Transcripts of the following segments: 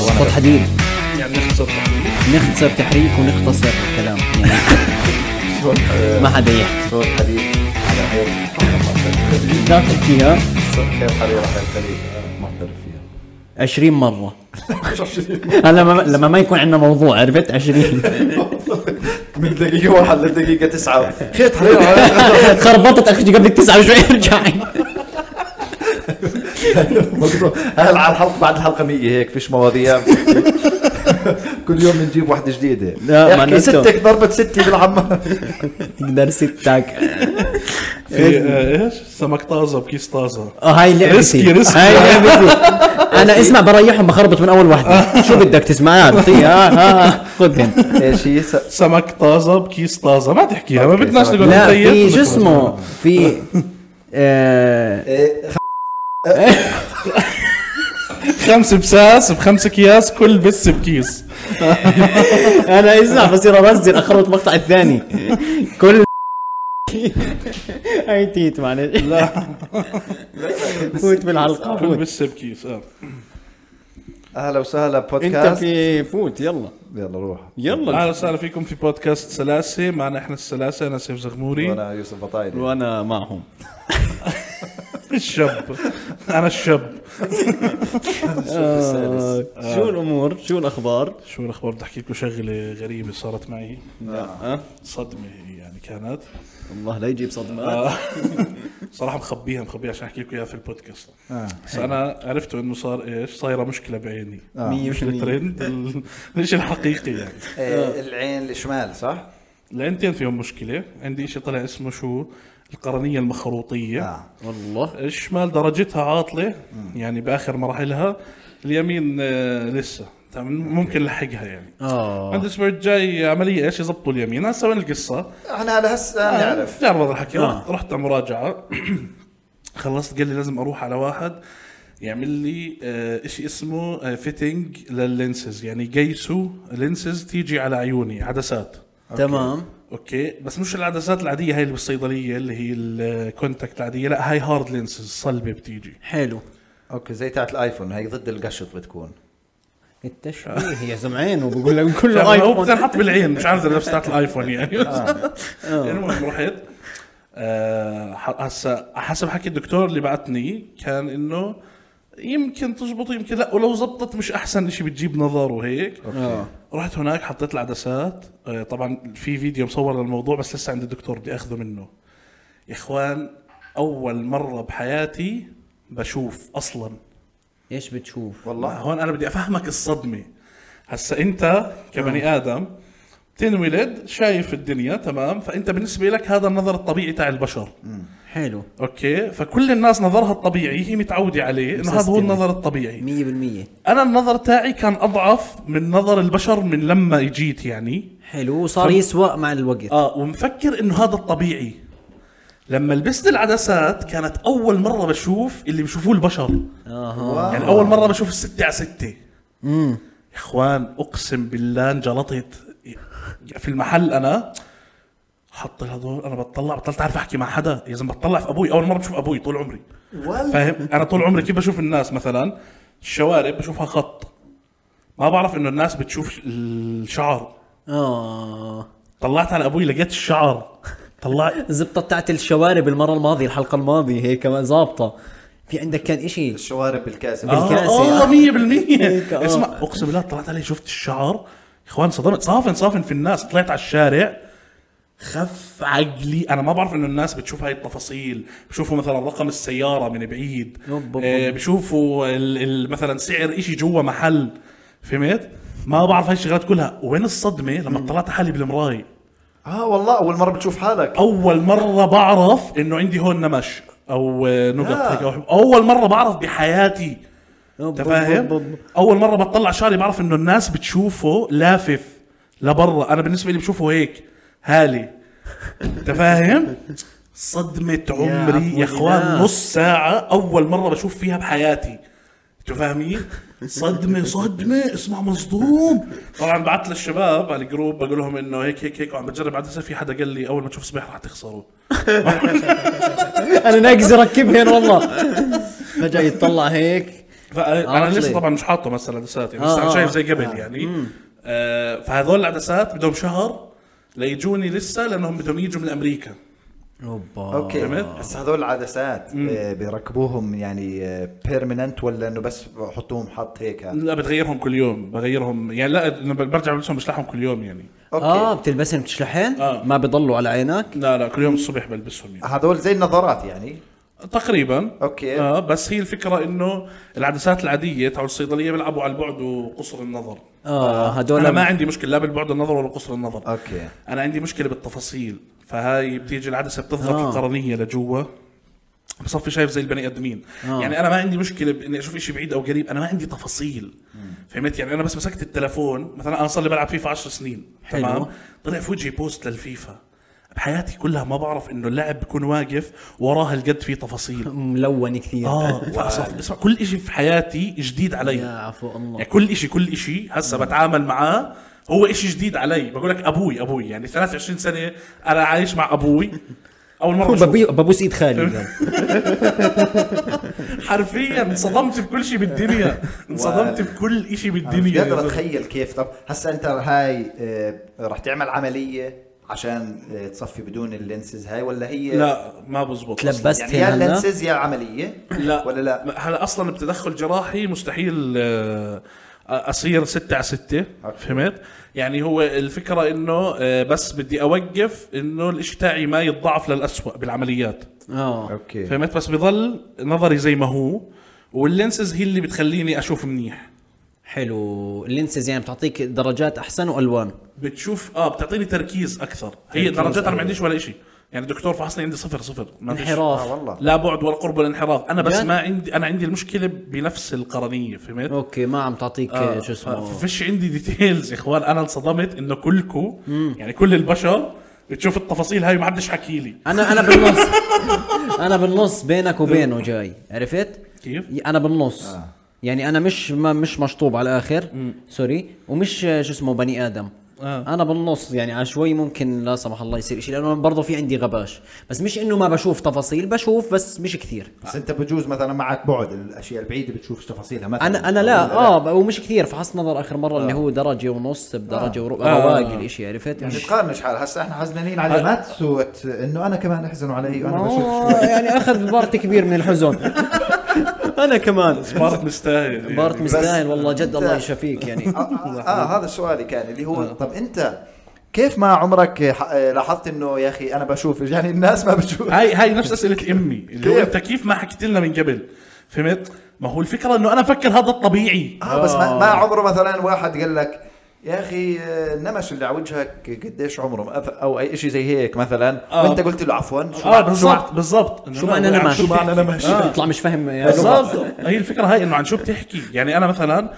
نخبط حديد يعني نختصر تحديد نختصر تحريك ونختصر الكلام يعني صوت ما حدا يحكي صوت حديد على غير لا تحكيها صوت غير حرير على القليل ما بعرف فيها 20 مرة لما لما ما يكون عندنا موضوع عرفت 20 من دقيقة واحد لدقيقة تسعة خيط حرير على خربطت اخي قبل التسعة وشوي رجع هلا على الحلقة بعد الحلقة 100 هيك فيش مواضيع كل يوم بنجيب واحدة جديدة لا، احكي معناته- ستك ضربت ستي بالعمار تقدر ستك في آه، ايش سمك طازه بكيس طازه آه، هاي لعبتي ريسكي- ريسكي. هاي لعبتي انا اسمع بريحهم بخربط من اول واحدة شو بدك تسمع اعطيها آه، آه، طيب، خذهم ايش هي س- سمك طازه بكيس طازه ما تحكيها ما أوكي، بدناش سمك. نقول لا نطيب. في شو اسمه في آه، إيه، خ- خمس بساس بخمس اكياس كل بس بكيس انا اسمع بصير ارزل اخربط المقطع الثاني كل هاي تيت معلش لا فوت بالحلقه كل فوت بس بكيس اه اهلا وسهلا انت بودكاست في فوت يلا يلا روح يلا اهلا وسهلا فيكم في بودكاست سلاسه معنا احنا السلاسه انا سيف زغموري وانا يوسف بطايلي وانا معهم الشاب انا الشاب آه، شو الامور شو الاخبار شو الاخبار بدي احكي لكم شغله غريبه صارت معي لا آه، صدمه يعني كانت الله لا يجيب صدمات صراحه مخبيها مخبيها عشان احكي لكم اياها في البودكاست آه، بس انا عرفته انه صار ايش صايره مشكله بعيني مية مش بالمية. الترند ال- الشيء الحقيقي يعني إيه، العين الشمال صح؟ العينتين فيهم مشكله عندي شيء طلع اسمه شو القرنيه المخروطيه آه. والله الشمال درجتها عاطله يعني باخر مراحلها اليمين آه، لسه طبعاً ممكن لحقها يعني اه عند الاسبوع الجاي عمليه ايش يضبطوا اليمين هسه وين القصه احنا على آه، هسه بنعرف بتعرف آه، هذا الحكي آه. رحت رحت على مراجعه خلصت قال لي لازم اروح على واحد يعمل لي آه، شيء اسمه فيتنج لللينسز يعني يقيسوا لينسز تيجي على عيوني عدسات تمام اوكي بس مش العدسات العاديه هاي اللي بالصيدليه اللي هي الكونتاكت العاديه لا هاي هارد لينسز صلبه بتيجي حلو اوكي زي تاعت الايفون هي ضد القشط بتكون التشبيه يا زمعين وبقول لك كله هو ايفون بتنحط بالعين مش عارف اذا نفس تاعت الايفون يعني المهم رحت آه، ح- هسا حسب حكي الدكتور اللي بعتني كان انه يمكن تزبط يمكن لا ولو زبطت مش احسن شيء بتجيب نظر وهيك آه. رحت هناك حطيت العدسات آه، طبعا في فيديو مصور للموضوع بس لسه عند الدكتور بدي اخذه منه يا اخوان اول مره بحياتي بشوف اصلا ايش بتشوف والله هون انا بدي افهمك الصدمه هسا انت كبني ادم تنولد شايف الدنيا تمام فانت بالنسبه لك هذا النظر الطبيعي تاع البشر حلو اوكي فكل الناس نظرها الطبيعي هي متعوده عليه انه هذا هو مسستمة. النظر الطبيعي 100% انا النظر تاعي كان اضعف من نظر البشر من لما اجيت يعني حلو وصار يسوى مع الوقت اه ومفكر انه هذا الطبيعي لما لبست العدسات كانت اول مره بشوف اللي بشوفوه البشر اها يعني اول مره بشوف الستة على ستة يا اخوان اقسم بالله انجلطت في المحل انا حط هذول انا بتطلع بطلت اعرف احكي مع حدا يا زلمه بتطلع في ابوي اول مره بشوف ابوي طول عمري فاهم انا طول عمري كيف بشوف الناس مثلا الشوارع بشوفها خط ما بعرف انه الناس بتشوف الشعر اه طلعت على ابوي لقيت الشعر طلع الزبطه تاعت الشوارع بالمره الماضيه الحلقه الماضيه هي كمان ظابطه في عندك كان إشي الشوارب بالكاسه بالكاسة. اه 100% يعني. هيك، آه. اسمع اقسم بالله طلعت عليه شفت الشعر يا اخوان صدمت صافن صافن في الناس طلعت على الشارع خف عقلي انا ما بعرف انه الناس بتشوف هاي التفاصيل بشوفوا مثلا رقم السياره من بعيد يب- يب- آه، بشوفوا ال- ال- مثلا سعر إشي جوا محل فهمت ما بعرف هاي الشغلات كلها وين الصدمه لما طلعت على حالي بالمراي اه والله اول مره بتشوف حالك اول مره بعرف انه عندي هون نمش او آه، نقط آه. هيك أو- اول مره بعرف بحياتي أوب- انت فاهم؟ أوب- اول مره بطلع شعري بعرف انه الناس بتشوفه لافف لبرا انا بالنسبه لي بشوفه هيك هالي انت فاهم؟ صدمة عمري عفو يا اخوان الله. نص ساعة أول مرة بشوف فيها بحياتي انتوا فاهمين؟ صدمة صدمة اسمع مصدوم طبعا بعت للشباب على الجروب بقول لهم انه هيك هيك هيك وعم بجرب عدسة في حدا قال لي اول ما تشوف صبيح رح تخسره انا ناقص اركبهن والله فجاه يطلع هيك فانا عرفت لسه ليه. طبعا مش حاطه مثلا عدسات يعني آه، لسه انا آه، شايف زي آه. قبل يعني آه، فهذول العدسات بدهم شهر ليجوني لسه لانهم بدهم يجوا من امريكا اوبا اوكي تمام. هسه هذول العدسات آه، بيركبوهم يعني بيرمننت ولا انه بس بحطوهم حط هيك لا بتغيرهم كل يوم بغيرهم يعني لا إنه برجع بلبسهم بشلحهم كل يوم يعني اه اوكي بتلبسهم بتشلحين آه. ما بيضلوا على عينك لا لا كل يوم الصبح بلبسهم يعني هذول زي النظارات يعني تقريبا أوكي. آه بس هي الفكره انه العدسات العاديه تاع الصيدليه بيلعبوا على البعد وقصر النظر اه هدول انا آه. ما عندي مشكله لا بالبعد النظر ولا قصر النظر اوكي انا عندي مشكله بالتفاصيل فهاي بتيجي العدسه بتضغط آه. آه. القرنيه لجوا بصفي شايف زي البني ادمين آه. آه. يعني انا ما عندي مشكله باني اشوف شيء بعيد او قريب انا ما عندي تفاصيل فهمت يعني انا بس مسكت التلفون مثلا انا صار لي بلعب فيفا 10 سنين حلو. تمام طلع في وجهي بوست للفيفا بحياتي كلها ما بعرف انه اللاعب بيكون واقف وراه هالقد في تفاصيل ملون كثير اه فأصف- اسمع كل شيء في حياتي جديد علي آه. يا عفو الله يعني كل شيء كل شيء هسه بتعامل معاه هو شيء جديد علي بقول لك ابوي ابوي يعني 23 سنه انا عايش مع ابوي اول مره هو بشوفه. ببي- ببوس ايد خالي حرفيا انصدمت بكل شيء بالدنيا انصدمت بكل شيء مش بالدنيا قادر اتخيل كيف طب هسا انت هاي آه، رح تعمل عمليه عشان آه، تصفي بدون اللينسز هاي ولا هي لا ما بزبط أصلاً. تلبست يعني يا هنا هلا. اللينسز يا العمليه لا ولا لا هلا اصلا بتدخل جراحي مستحيل آه، اصير 6 على 6 فهمت؟ يعني هو الفكره انه آه، بس بدي اوقف انه الاشي تاعي ما يتضاعف للأسوأ بالعمليات اه اوكي فهمت بس بضل نظري زي ما هو واللينسز هي اللي بتخليني اشوف منيح حلو اللينسز يعني بتعطيك درجات احسن والوان بتشوف اه بتعطيني تركيز اكثر هي درجات انا ما عنديش ولا شيء يعني دكتور فحصني عندي صفر صفر ما فيش آه، اه انحراف والله لا بعد ولا قرب ولا انحراف انا بس جد؟ ما عندي انا عندي المشكله بنفس القرنيه فهمت اوكي ما عم تعطيك آه. شو اسمه فيش عندي ديتيلز يا اخوان انا انصدمت انه كلكم يعني كل البشر بتشوف التفاصيل هاي ما حدش حكي لي انا انا بالنص انا بالنص بينك وبينه جاي عرفت كيف؟ انا بالنص آه. يعني انا مش ما مش مشطوب على الاخر سوري ومش آه، شو اسمه بني ادم آه. انا بالنص يعني على شوي ممكن لا سمح الله يصير شيء لانه برضه في عندي غباش بس مش انه ما بشوف تفاصيل بشوف بس مش كثير بس انت بجوز مثلا معك بعد الاشياء البعيده بتشوفش تفاصيلها مثلا انا انا لا ولا اه ب- ومش كثير فحص نظر اخر مره اللي هو درجه ونص بدرجه آه. ورواق آه. الاشي عرفت يعني مش تقارنش حالها هسا احنا حزنانين عليه ما تسوت انه انا كمان احزنوا علي وانا بشوف آه، يعني اخذ بارت كبير من الحزن انا كمان بارت مستاهل بارت يعني. مستاهل والله جد أنت- الله يشفيك يعني آه, آه, اه هذا سؤالي كان اللي هو طب انت كيف ما عمرك ح- آه، لاحظت انه يا اخي انا بشوف يعني الناس ما بتشوف هاي هاي نفس اسئله امي اللي هو كيف؟ انت كيف ما حكيت لنا من قبل فهمت؟ ما هو الفكره انه انا افكر هذا الطبيعي اه بس ما, ما عمره مثلا واحد قال لك يا اخي آه، النمش اللي على وجهك قديش عمره أف- او اي شيء زي هيك مثلا آه. وانت قلت له عفوا شو اه مع- شو مع- بالضبط بالضبط شو معنى نمش؟ شو معنى نمش؟ آه. يطلع مش فاهم يعني. يا لغة. بالضبط هي الفكره هاي انه عن شو بتحكي يعني انا مثلا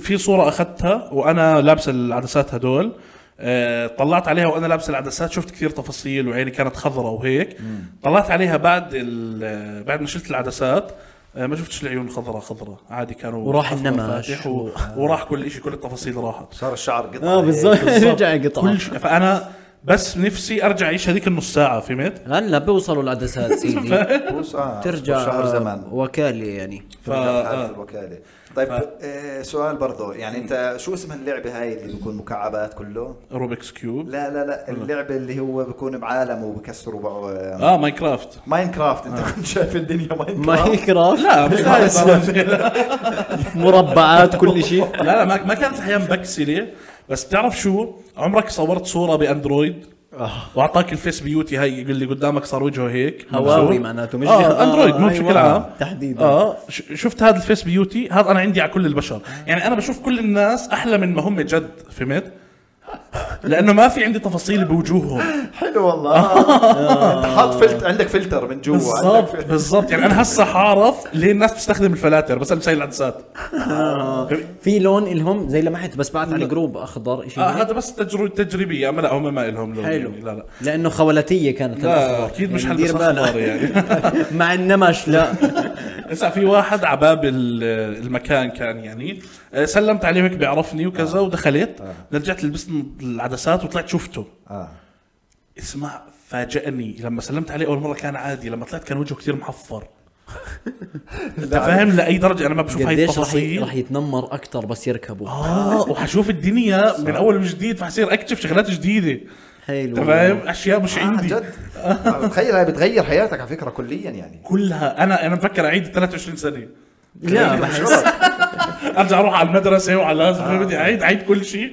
في صوره اخذتها وانا لابس العدسات هدول آه، طلعت عليها وانا لابس العدسات شفت كثير تفاصيل وعيني كانت خضراء وهيك طلعت عليها بعد ال- بعد ما شلت العدسات آه، ما شفتش العيون خضراء خضراء عادي كانوا وراح أخضر النمش. فاتح و... وراح كل شيء كل التفاصيل راحت صار الشعر قطع آه، اه بالضبط رجع قطع كل شيء فانا بس نفسي ارجع اعيش هذيك النص ساعه فهمت؟ هلا بيوصلوا العدسات سيدي ترجع شهر آه، زمان وكاله يعني ف- ترجع حالة آه. الوكاله طيب آه، سؤال برضه يعني انت شو اسم اللعبه هاي اللي بيكون مكعبات كله روبكس كيوب لا لا لا اللعبه اللي هو بيكون بعالم وبكسروا بعض اه ماينكرافت ماينكرافت آه. انت كنت شايف الدنيا ماينكرافت مايكرافت لا مش لا مربعات كل شيء لا ما, ما كانت احيانا بكسله بس بتعرف شو عمرك صورت صوره باندرويد آه. واعطاك الفيس بيوتي هي اللي قدامك صار وجهه هيك هواوي ممسوح. معناته مش آه اندرويد مو بشكل أيوة. عام تحديدا اه ش- شفت هذا الفيس بيوتي هذا انا عندي على كل البشر آه. يعني انا بشوف كل الناس احلى من ما هم جد فهمت لانه ما في عندي تفاصيل بوجوههم حلو والله انت حاط فلت عندك فلتر من جوا عندك آه. بالضبط فلتر. بالضبط يعني انا هسه حعرف ليه الناس بتستخدم الفلاتر بس البس هاي العدسات في لون الهم زي لمحت بس بعت على جروب اخضر شيء آه هذا بس تجربه تجريبيه اما لا هم ما لهم لون حلو يعني لا لا لانه خولتيه كانت لا الأخضر. اكيد مش يعني حلبس دير بالك. اخضر يعني مع النمش لا هسا في واحد عباب المكان كان يعني آه، سلمت عليه هيك بيعرفني آه. وكذا ودخلت رجعت لبست العدسات وطلعت شفته آه. اسمع فاجأني لما سلمت عليه اول مره كان عادي لما طلعت كان وجهه كثير محفر انت فاهم لاي درجه انا ما بشوف هاي قديش راح ي- التفاصيل راح يتنمر اكثر بس يركبوا اه وحشوف الدنيا من اول وجديد فحصير اكتشف شغلات جديده حلو انت فاهم اشياء مش آه عندي جد آه، تخيل هاي بتغير حياتك على فكره كليا يعني كلها انا انا مفكر اعيد 23 سنه لا مش بحس غلط. ارجع اروح على المدرسه وعلى لازم آه. بدي اعيد اعيد كل شيء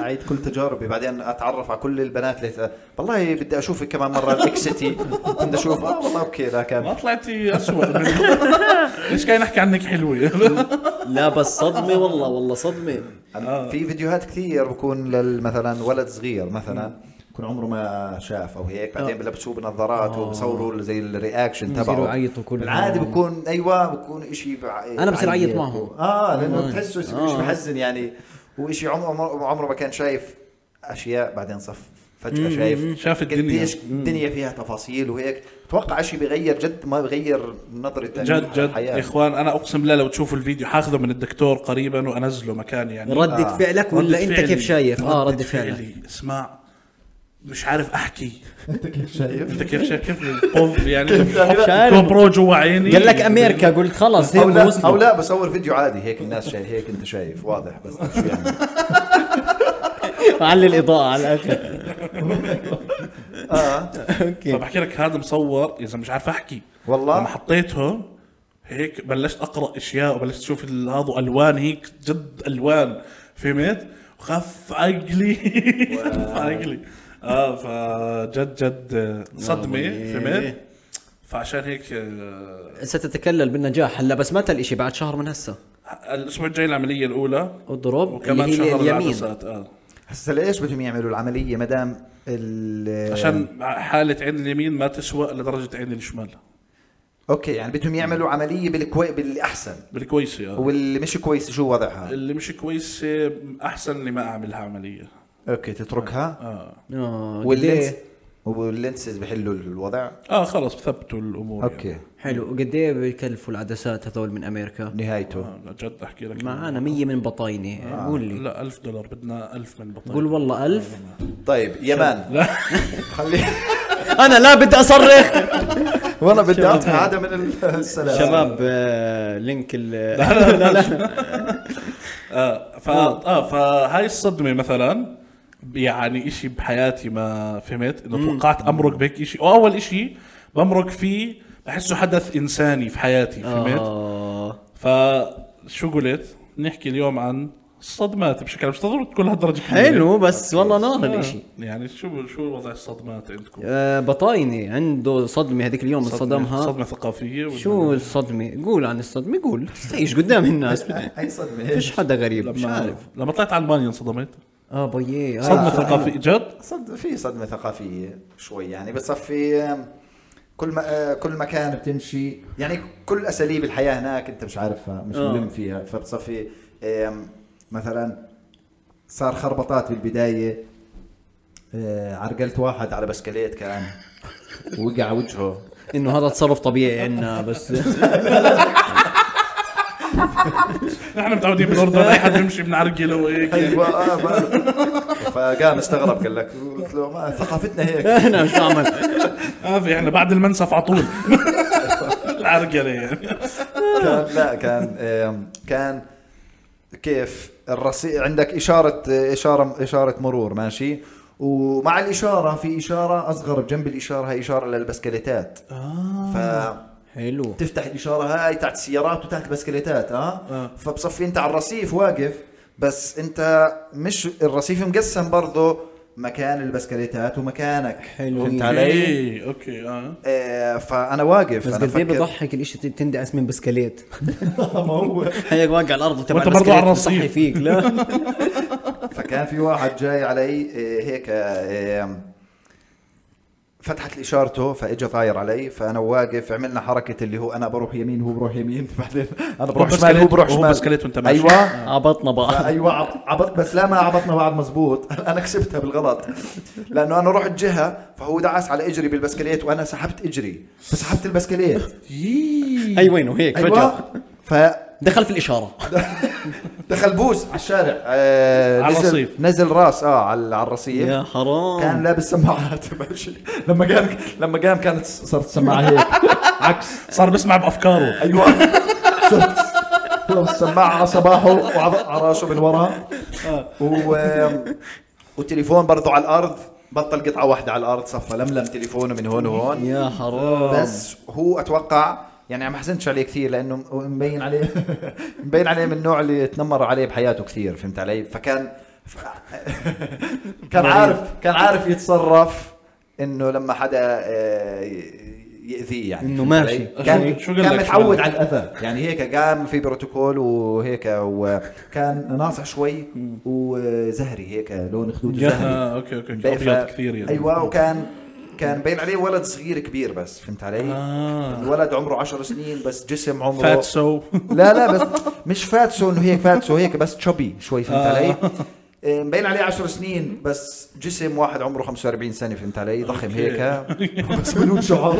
اعيد كل تجاربي بعدين اتعرف على كل البنات ليت والله بدي اشوفك كمان مره الاكسيتي بدي اشوف اه والله اوكي لا ما كان طلعتي اسوء ليش كاين احكي عنك حلوه لا بس صدمه والله والله صدمه في فيديوهات كثير بكون لل- مثلا ولد صغير مثلا يكون عمره ما شاف او هيك بعدين آه. بلبسوه بنظارات وبصوروا زي الرياكشن تبعه بصيروا آه. يعيطوا كلهم. بالعادي بكون ايوه بكون شيء أنا بصير أعيط معهم. اه لانه والله. بتحسه شيء آه. محزن يعني وشيء عمره عمره ما كان شايف اشياء بعدين صف فجاه شايف شاف الدنيا. قديش الدنيا فيها تفاصيل وهيك اتوقع شيء بيغير جد ما بيغير نظرته جد جد للحياة. يا اخوان انا اقسم بالله لو تشوفوا الفيديو حاخذه من الدكتور قريبا وانزله مكاني يعني ردة آه. فعلك ردة ولا انت فعلي- كيف شايف؟ اه ردة فعلك فعلي اسمع مش عارف احكي شايف انت كيف شايف كيف القف يعني شايف. جو برو جوا عيني قال لك امريكا قلت خلص او هم لا او وصلوا لا بصور فيديو عادي هيك الناس شايف هيك انت شايف واضح بس شو يعني علي الاضاءه على الاخر اه اوكي فبحكي لك هذا مصور اذا مش عارف احكي والله؟ لما حطيته هيك بلشت اقرا اشياء وبلشت اشوف ال- هذا الوان هيك جد الوان فهمت خف عقلي خف عقلي اه فجد جد صدمه والله. فهمت فعشان هيك آه، ستتكلل بالنجاح هلا بس متى الاشي بعد شهر من هسه الاسبوع الجاي العمليه الاولى اضرب اللي وكمان هي شهر اليمين العدسات اه هسه ليش بدهم يعملوا العمليه ما دام ال- عشان حاله عين اليمين ما تسوى لدرجه عين الشمال اوكي يعني بدهم يعملوا عمليه بالكوي بالاحسن بالكويسه آه. واللي مش كويس شو وضعها اللي مش كويسه احسن اللي ما اعملها عمليه اوكي تتركها اه آه، واللينس قديه- واللينسز بحلوا الوضع اه خلص ثبتوا الامور اوكي حلو قد ايه بيكلفوا العدسات هذول من امريكا؟ نهايته يعني. آه جد احكي لك معانا 100 من آه. بطاينه قول لي لا 1000 دولار بدنا 1000 من بطل قول والله ألف طيب يمان لا خلي انا لا بدي اصرخ والله بدي اعطي عاده من ال- السلام شباب آه، لينك ال- لا لا آه ف اه فهاي الصدمه مثلا يعني اشي بحياتي ما فهمت انه توقعت امرق بهيك اشي واول اشي بمرق فيه بحسه حدث انساني في حياتي فهمت آه. فشو قلت نحكي اليوم عن الصدمات بشكل مش ضروري تكون لهالدرجه كبيرة. حلو بس والله نار آه، الاشي يعني شو شو وضع الصدمات عندكم آه، بطاينه عنده صدمه هذيك اليوم صدمة- انصدمها صدمه ثقافيه ولا- شو الصدمه قول عن الصدمه قول تعيش قدام الناس هي صدمه فيش إيش؟ حدا غريب مش لما عارف لما طلعت على المانيا انصدمت اه بيي صدمه ثقافيه جد صد في صدمه ثقافيه شوي يعني بتصفي آم، كل ما آه، كل مكان بتمشي يعني كل اساليب الحياه هناك انت مش عارفها مش آه. ملم فيها فبتصفي آم، مثلا صار خربطات بالبدايه آه، عرقلت واحد على بسكليت كان وقع وجهه انه هذا تصرف طبيعي عندنا بس نحن متعودين بالاردن اي حد يمشي بنعرقله وهيك ايوه آه، ما- فقام استغرب قال لك قلت له ما ثقافتنا هيك انا شو اعمل ما آه، في احنا بعد المنسف على طول العرقله يعني كان لا كان آم، كان كيف الرصيد عندك اشاره اشاره اشاره مرور ماشي ومع الاشاره في اشاره اصغر بجنب الاشاره هي اشاره للبسكليتات آه. اه حلو فتفتح الاشاره هاي تحت السيارات وتحت البسكليتات اه, آه. آه. فبصفي انت على الرصيف واقف بس انت مش الرصيف مقسم برضه مكان البسكليتات ومكانك حلو. فهمت علي؟ إيه، اوكي اه آه فانا بس واقف أنا قد ايه فكر- بضحك الاشي ت- تندعس من بسكليت ما هو هيك واقع على الارض تبع وأنت برضو على الرصيف. بصحي فيك لا فكان في واحد جاي علي إيه، هيك إيه، فتحت لي اشارته فاجى طاير علي فانا واقف عملنا حركه اللي هو انا بروح يمين هو بروح يمين بعدين انا بروح شمال بسكليت- هو بروح وهو شمال بسكليت وأنت ماشي. ايوه عبطنا آه، بقى ايوه عب- عبط بس لا ما عبطنا بعض مزبوط انا كسبتها بالغلط لانه انا رحت جهه فهو دعس على اجري بالبسكليت وانا سحبت اجري فسحبت البسكليت أيوة. هي أيوة، وينه هيك فجاه ايوه ف دخل في الاشاره دخل بوس على الشارع آه على نزل- الرصيف. نزل راس اه على على الرصيف يا كان حرام لابس سماعات ماشي لما قام لما قام كانت صارت السماعه هيك عكس صار بسمع بافكاره ايوه صرت السماعه على صباحه وعلى على راسه من ورا و... وتليفون برضه على الارض بطل قطعه واحده على الارض صفى لملم تليفونه من هون وهون يا حرام بس هو اتوقع يعني ما حزنتش عليه كثير لانه م- مبين عليه مبين عليه من النوع اللي تنمر عليه بحياته كثير فهمت علي فكان ف- كان عارف كان عارف يتصرف انه لما حدا آه، ي- يأذيه يعني إنه فهمت ماشي. علي؟ شو- كان شو قال كان لك؟ شو قال متعود لك؟ على الاذى يعني هيك قام في بروتوكول وهيك وكان ناصع شوي وزهري هيك لون خدوده زهري آه، اوكي اوكي أوكي. بقى ف- ابيض كثير يعني أيوة. ايوه وكان كان باين عليه ولد صغير كبير بس فهمت علي؟ آه. الولد عمره 10 سنين بس جسم عمره فاتسو لا لا بس مش فاتسو انه هيك فاتسو هيك بس تشوبي شوي فهمت آه. علي؟ إيه، مبين عليه 10 سنين بس جسم واحد عمره 45 سنه فهمت علي؟ ضخم هيك بس بدون شعر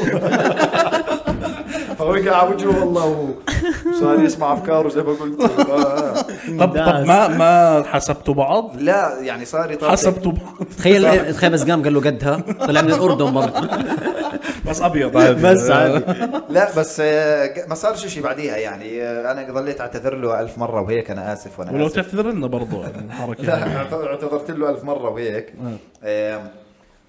فوقع على وجهه والله وصار يسمع افكاره زي ما قلت آه. طب طب ما ما حسبتوا بعض لا يعني صار يطلع- حسبتوا بعض تخيل إيه، تخيل بس قام قال له قدها طلع من الاردن برضه بس ابيض عادي بس عادي لا بس آه، ما صار شيء بعديها يعني آه، انا ظليت اعتذر له ألف مره وهيك انا اسف وانا ولو اسف تعتذر لنا برضه يعني الحركه لا هاي. اعت- اعتذرت له ألف مره وهيك آه. آم،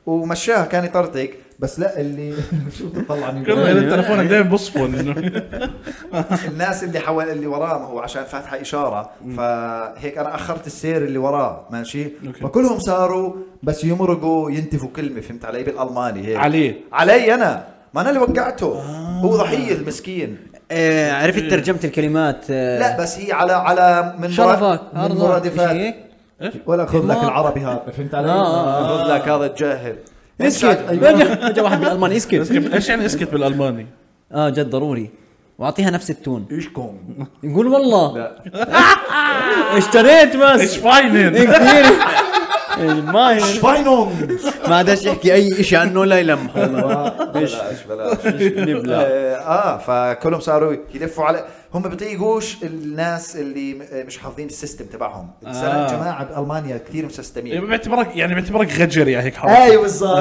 ومشاها كان يطرطق بس لا اللي شو بتطلعني كل ليلة تلفونك دائما بصفن الناس اللي حوالي اللي وراه ما هو عشان فاتحه اشاره فهيك انا اخرت السير اللي وراه ماشي أوكي. فكلهم صاروا بس يمرقوا ينتفوا كلمه فهمت علي بالالماني هيك عليه. علي انا ما انا اللي وقعته آه. هو ضحيه المسكين آه، عرفت ترجمه الكلمات آه، لا بس هي على على من شرفك مرا- من عرضك، مش مرادفات هيك؟ ولا خذ لك ما- العربي هذا فهمت علي؟ آه. خذ لك هذا الجاهل اسكت أيوة. اجى أجى واحد بالالماني اسكت ايش يعني اسكت بالالماني؟ اه جد ضروري واعطيها نفس التون ايشكم يقول والله اشتريت ايش بس إيه فاينل؟ كثير ما هي- شفاينونج ما عادش يحكي اي شيء عنه لا يلمحه بلاش بلاش نبلع آه، اه فكلهم صاروا يلفوا على هم بيطيقوش الناس اللي م- مش حافظين السيستم تبعهم صار آه. الجماعه بالمانيا كثير مسستمين باعتبارك يعني باعتبارك غجري هيك حركه ايوه بالضبط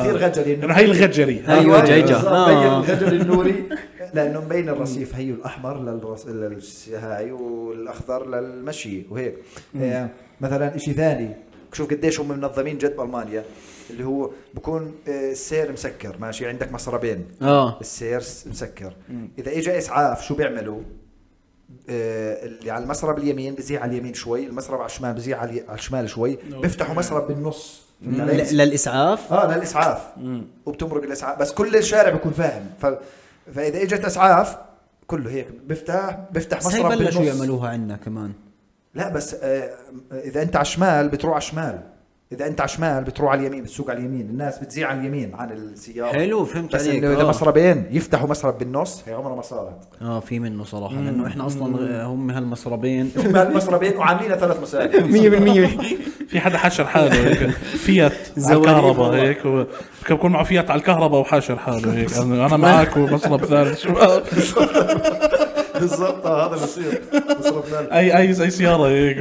كثير غجل انه هي الغجري هاي أيوة، جاي جا. بالضبط، آه. بين الغجل النوري لانه مبين الرصيف هي الاحمر للرص... للس- هاي والاخضر للمشي وهيك آه، مثلا شيء ثاني شوف قديش هم منظمين جد بالمانيا اللي هو بكون آه، السير مسكر ماشي عندك مسربين اه السير س- مسكر اذا اجى اسعاف شو بيعملوا آه، اللي على المسرب اليمين بزيع على اليمين شوي المسرب على الشمال بزيع على الي- على الشمال شوي بيفتحوا مسرب بالنص فهمت علي؟ ل- للاسعاف اه للاسعاف وبتمرق الاسعاف بس كل الشارع بيكون فاهم ف... فاذا اجت اسعاف كله هيك بيفتح بيفتح بس هي مسرب بلشوا بالنص يعملوها عنا كمان لا بس آه اذا انت على الشمال بتروح على الشمال اذا انت على الشمال بتروح على اليمين بتسوق على اليمين الناس بتزيع على اليمين عن السياره حلو، فهمت بس عليك، انه اذا آه. مسربين يفتحوا مسرب بالنص هي عمرها ما صارت اه في منه صراحه لانه احنا اصلا هم هالمصربين هم هالمسربين وعاملينها ثلاث مساجد 100% في حدا حاشر حاله هيك فيات على زواريب الكهرباء والله. هيك و- كان بكون معه فيات على الكهرباء وحاشر حاله هيك انا أنا معك ومصلب ثالث شو- بالضبط آه، هذا اللي بصير مسرب ثالث. اي اي اي سياره هيك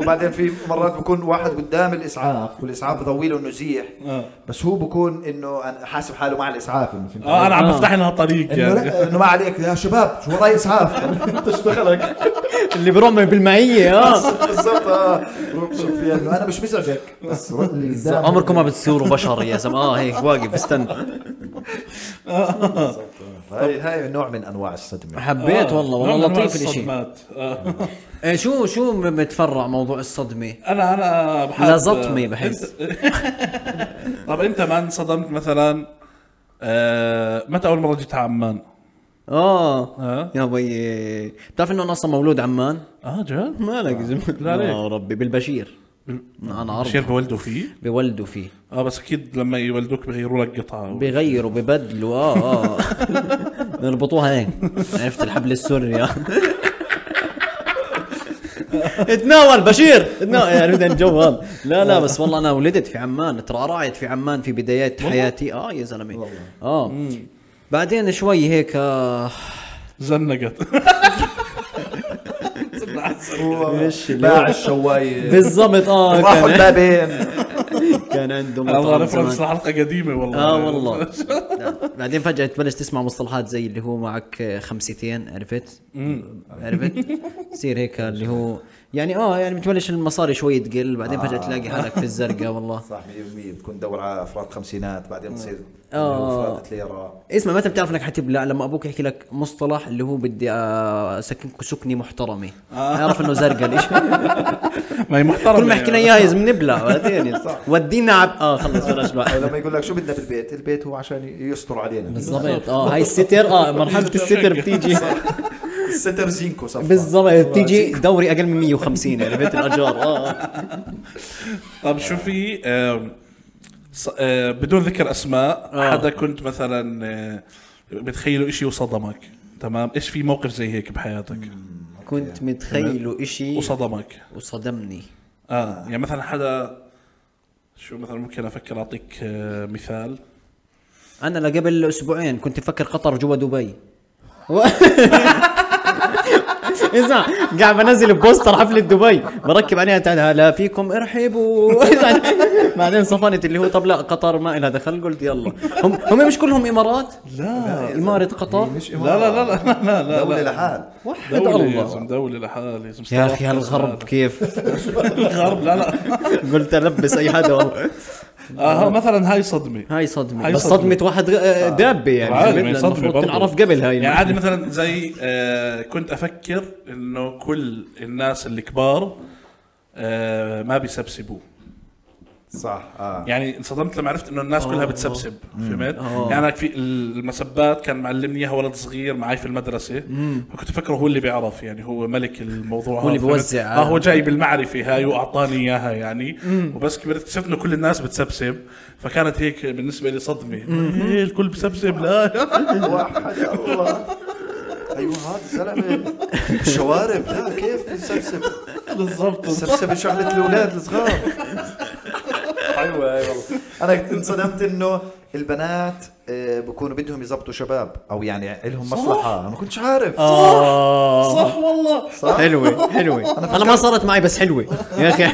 وبعدين في مرات بكون واحد قدام الاسعاف والاسعاف بضوي له انه زيح آه. بس هو بكون انه أنا حاسب حاله مع الاسعاف إنه فهمت اه انا عم آه. بفتح لها طريق انه يعني لا انه ما عليك يا شباب شو وضعي اسعاف انت ايش دخلك اللي برمي بالمعيه اه بالضبط اه روح شوف فيها إنه انا مش مزعجك بس روح اللي قدامك. عمركم ما بتصيروا بشر يا زلمه اه هيك واقف استنى هاي هاي نوع من انواع الصدمه حبيت والله والله طيب آه، نوع من لطيف الاشي الصدمات. آه. إيه، شو شو متفرع موضوع الصدمه انا انا بحس لا زطمة بحس. أنت- طب انت ما انصدمت مثلا آه، متى اول مره جيت على عمان؟ آه. اه يا بي بتعرف انه انا اصلا مولود عمان اه جد؟ مالك يا زلمه لا ليك. يا ربي بالبشير انا بشير عرض بولدوا فيه؟ بيولدوا فيه اه بس اكيد لما يولدوك بغيروا لك قطعه بيغيروا ببدلوا اه اه بيربطوها هيك عرفت الحبل السوري آه. اتناول بشير اتناول يعني بدنا الجو هذا لا لا بس والله انا ولدت في عمان ترعرعت في عمان في بدايات حياتي اه يا آه. زلمه آه، اه بعدين شوي هيك آه زنقت مش اللي هو- باع الشوايه بالضبط اه راحوا كان البابين كان عنده الله مطعم ريفرنس زمان. لحلقه قديمه والله اه والله بعدين فجاه تبلش تسمع مصطلحات زي اللي هو معك خمسيتين عرفت عرفت تصير هيك اللي هو يعني اه يعني بتبلش المصاري شوي تقل بعدين فجاه تلاقي حالك في الزرقاء والله صح 100% بتكون تدور على افراد خمسينات بعدين بتصير آه. افراد ليره اسمع متى بتعرف انك حتبلع لما ابوك يحكي لك مصطلح اللي هو بدي آه، اسكنك سكني محترمه اعرف انه زرقاء ليش ما هي محترمه كل ما حكينا يعني. اياه يا زلمه نبلع بعدين ودينا عب اه خلص بلاش بقى. أو لما يقول لك شو بدنا بالبيت البيت هو عشان يستر علينا بالضبط اه هاي الستر اه مرحله الستر بتيجي الستر زينكو صفى بالضبط إيوه. بتيجي دوري اقل من يعني، 150 عرفت الاجار اه طب شو في آم، ص- آه، بدون ذكر اسماء آه. حدا كنت مثلا آه، بتخيله إشي وصدمك تمام ايش في موقف زي هيك بحياتك كنت متخيله اشي وصدمك وصدمني اه يعني مثلا حدا شو مثلا ممكن افكر اعطيك آه، مثال انا لقبل اسبوعين كنت مفكر قطر جوا دبي و- اسمع قاعد بنزل بوستر حفلة دبي بركب عليها تعال هلا فيكم ارحبوا بعدين صفنت اللي هو طب لا قطر ما لها دخل قلت يلا هم هم مش كلهم امارات لا إمارة قطر؟ مش إيوه. لا لا لا لا لا لا دولة لا. لحال وحد دولة يا زلمة، الله دولة لحالها يا زلمة. يا اخي هالغرب كيف الغرب لا لا قلت البس اي حدا والله اه مثلا هاي صدمة هاي صدمه هاي بس صدمة. صدمه واحد آه، دابه يعني عادي، ما هي صدمة المفروض برضو. تنعرف قبل هاي يعني عادي مثلا زي آه كنت افكر انه كل الناس الكبار آه ما بيسبسبوا صح اه يعني انصدمت لما عرفت انه الناس كلها بتسبسب فهمت آه. يعني أنا في المسبات كان معلمني اياها ولد صغير معي في المدرسه فكنت افكره هو اللي بيعرف يعني هو ملك الموضوع هو اللي هذا، فهمت؟ بيوزع. اه هو جاي بالمعرفه هاي واعطاني اياها يعني وبس كبرت اكتشفت انه كل الناس بتسبسب فكانت هيك بالنسبه لي صدمه إيه الكل بسبسب لا واحد يا الله ايوه هذا الزلمه شوارب لا كيف بنسبسب بالضبط سبسب شغله الاولاد الصغار ايوه اي والله انا كنت انصدمت انه البنات آه، بكونوا بدهم يزبطوا شباب او يعني لهم مصلحه انا ما كنتش عارف آه. اه صح والله صح حلوه حلوه انا ما صارت معي بس حلوه يا اخي